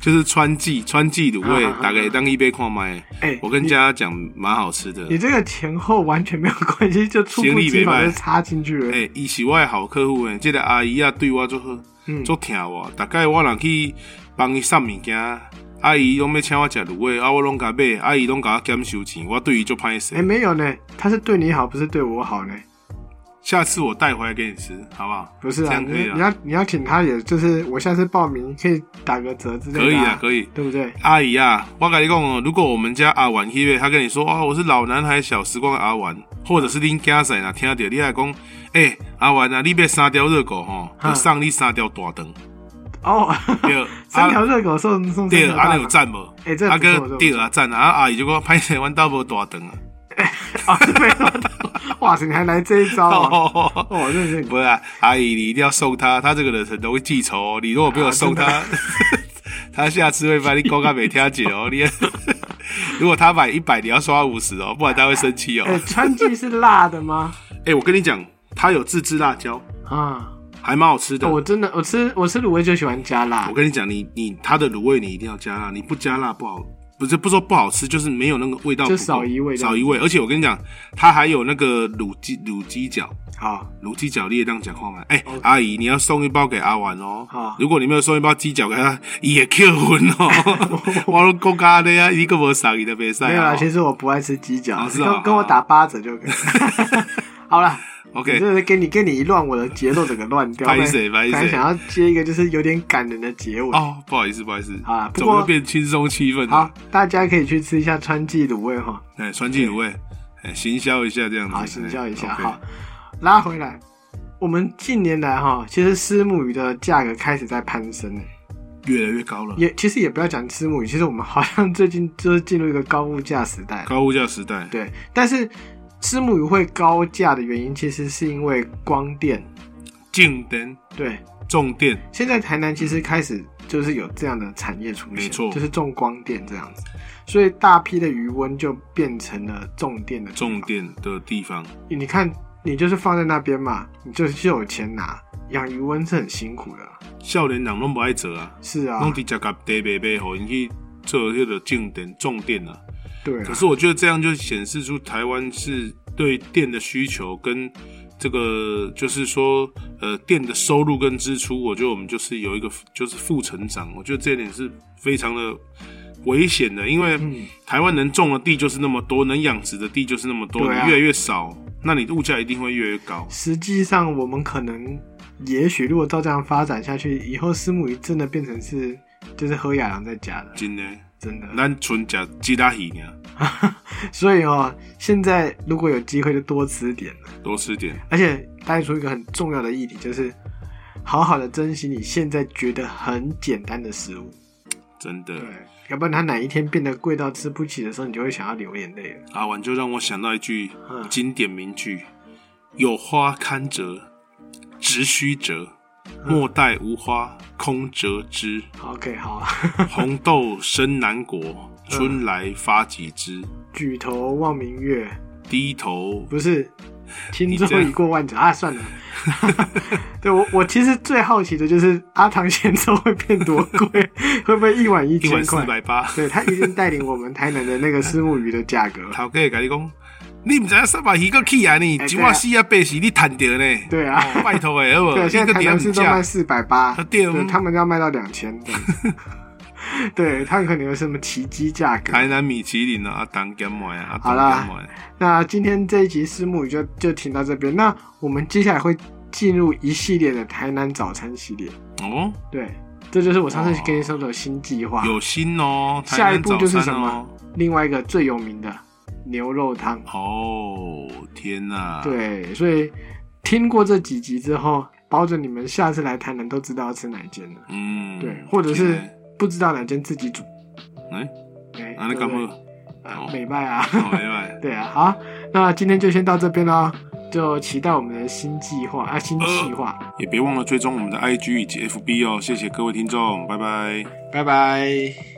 S1: 就是川季川季卤味
S2: 啊啊啊，
S1: 大概当一杯矿麦。
S2: 哎、
S1: 我跟
S2: 你
S1: 大家讲，蛮好吃的
S2: 你。这个前后完全没有关系，就猝不
S1: 行李
S2: 及
S1: 没
S2: 防
S1: 卖
S2: 就插进去了。
S1: 哎，伊是我的好客户哎，这个阿姨啊对我做好
S2: 嗯，
S1: 做疼我，大概我若去帮伊送物件，阿姨拢要请我食卤味，啊我拢甲买，阿姨拢甲我减收钱，我对伊就歹
S2: 哎、
S1: 势。
S2: 没有呢，他是对你好，不是对我好呢。
S1: 下次我带回来给你吃，好不好？
S2: 不是
S1: 这
S2: 啊，
S1: 样可
S2: 你
S1: 以
S2: 你
S1: 啊，
S2: 要你要请他，也就是我下次报名可以打个折之类的、
S1: 可以啊，可以。
S2: 对不对？
S1: 阿姨啊，我跟你讲哦，如果我们家阿婉迄位，他跟你说哦，我是老男孩小时光的阿婉，或者是恁家仔啊，听到你还讲，诶、阿婉啊，你买三条热狗吼，
S2: 嗯
S1: 就送你三条大肠，
S2: 哦，
S1: 对，
S2: 三条
S1: 啊
S2: 热狗送送三
S1: 对，
S2: 条
S1: 啊，
S2: 大
S1: 那有赞无？
S2: 哎这
S1: 阿
S2: 不错
S1: 哥
S2: 这不错
S1: 对啊赞啊，啊阿姨就讲拍台湾到无大肠啊，
S2: 啊，对 啊，哇塞，你还来这一招啊！
S1: 哦，
S2: 哦，认真
S1: 不是啊，阿姨你一定要送他，他这个人很容易记仇哦，你如果没有送他， 他下次会把你公告没听解哦，你。 如果他买一百，你要刷五十哦，不然他会生气哦。
S2: 哎、川剧是辣的吗？
S1: 哎、我跟你讲，它有自制辣椒，
S2: 啊，
S1: 还蛮好吃的。
S2: 我
S1: 我
S2: 真的我吃我吃卤味就喜欢加辣，
S1: 跟你讲，你你它的卤味你一定要加辣，你不加辣不好，不是不说不好吃，就是没有那个味道不够，
S2: 就少一味这样
S1: 少一味。而且我跟你讲，它还有那个卤鸡卤鸡脚。
S2: 好
S1: 卤鸡脚你也当讲话嘛？哎、阿姨，你要送一包给阿婉哦
S2: 哦好。
S1: 如果你没有送一包鸡脚给他，伊也扣分哦。 我都讲咖的呀，一个无送伊的比赛。
S2: 没有啦，
S1: 哦
S2: 其实我不爱吃鸡脚，
S1: 哦是啊哦
S2: 跟跟我打八折就可以。 好了。
S1: OK，
S2: 你真的是给你给你一乱，我的节奏整个乱掉。
S1: 不好意思
S2: 本
S1: 不好意思
S2: 本来想要接一个就是有点感人的结尾。
S1: 哦，不好意思，不好意思，
S2: 好啦不
S1: 怎
S2: 过
S1: 么又变轻松气氛了？
S2: 好，大家可以去吃一下川记卤味哈，
S1: 哎，传记卤味，哎，行销一下这样子，
S2: 好行销一下
S1: 哎
S2: 哈。拉回来，我们近年来哈，其实虱目鱼的价格开始在攀升了，
S1: ，OK，越来越高了，
S2: 也其实也不要讲虱目鱼，其实我们好像最近就是进入一个高物价时代。
S1: 高物价时代，
S2: 对，但是虱目鱼会高价的原因，其实是因为光电。
S1: 静电、
S2: 对，
S1: 重电，
S2: 现在台南其实开始就是有这样的产业出现，
S1: 没错
S2: 就是种光电这样子，所以大批的余温就变成了种电的地方
S1: 重电的地方，
S2: 你看，你就是放在那边嘛，你就是有钱拿，养鱼温是很辛苦的啊、
S1: 少年人拢不爱做啊，
S2: 是啊
S1: 拢，伫食甲地白白，互因去做迄个重点重点啊。
S2: 对
S1: 可
S2: 啊，
S1: 是我觉得这样就显示出台湾是对电的需求跟这个就是说，呃，电的收入跟支出，我觉得我们就是有一个就是负成长，我觉得这一点是非常的危险的，因为台湾能种的地就是那么多，能养殖的地就是那么多，
S2: 对啊
S1: 你越来越少，那你的物价一定会越来越高。
S2: 实际上我们可能也许如果照这样发展下去，以后私母鱼真的变成是就是喝亚郎在家的，
S1: 真的，
S2: 真的。
S1: 咱纯假鸡大鱼啊呢，
S2: 所以哦，现在如果有机会就多吃点了，
S1: 多吃点。
S2: 而且带出一个很重要的议题，就是好好的珍惜你现在觉得很简单的食物，
S1: 真的
S2: 对，要不然它哪一天变得贵到吃不起的时候，你就会想要流眼泪了。
S1: 阿婉就让我想到一句
S2: 嗯
S1: 经典名句：“有花堪折直须折，
S2: 嗯
S1: 莫待无花空折 枝。
S2: OK，好，啊
S1: 红豆生南国，春来发几枝。
S2: 举头望明月，
S1: 低头
S2: 不是，轻舟
S1: 你这样
S2: 已过万丈啊！算了， 对我我其实最好奇的就是阿唐咸粥会变多贵， 会不会一碗一
S1: 一碗
S2: 千
S1: 四
S2: 块？
S1: 百八。
S2: 对他一定带领我们台南的那个虱目鱼的价格”。
S1: 头家甲你讲，你唔知影三百鱼个起啊呢？
S2: 哎
S1: 一
S2: 对啊
S1: 碗四啊八是你赚着呢？
S2: 对啊
S1: 哦拜托诶，好无？
S2: 对，现在台
S1: 你
S2: 南
S1: 还
S2: 市
S1: 不
S2: 都
S1: 吃
S2: 卖四百八，
S1: 对
S2: 对，他们要卖到两千， 这样子对他们可能有什么奇迹价格。
S1: 台南米其林啊，阿当咸糜啊，阿
S2: 好啦
S1: 当咸糜。
S2: 那今天这一集私募鱼就就停到这边，那我们接下来会进入一系列的台南早餐系列，
S1: 哦，
S2: 对，这就是我上次跟你说的新计划。
S1: 有心哦，台
S2: 下一
S1: 南
S2: 步
S1: 早
S2: 就是
S1: 餐
S2: 什
S1: 哦
S2: 么？？另外一个最有名的牛肉汤。
S1: 哦，天哪！，
S2: 对，所以听过这几集之后，保准你们下次来台南都知道要吃哪一间了。
S1: 嗯，
S2: 对，或者是
S1: 天哪
S2: 不知道哪间自己煮。
S1: 哎，
S2: 哎、
S1: 那你
S2: 对
S1: 干
S2: 不对
S1: 嘛？
S2: 呃
S1: 哦
S2: 美拜啊，。
S1: 好拜拜
S2: 对啊，好，那今天就先到这边喽，就期待我们的新计划啊，新计划，
S1: 也别忘了追踪我们的 IG 以及 FB 哦，谢谢各位听众，拜拜。
S2: 拜拜。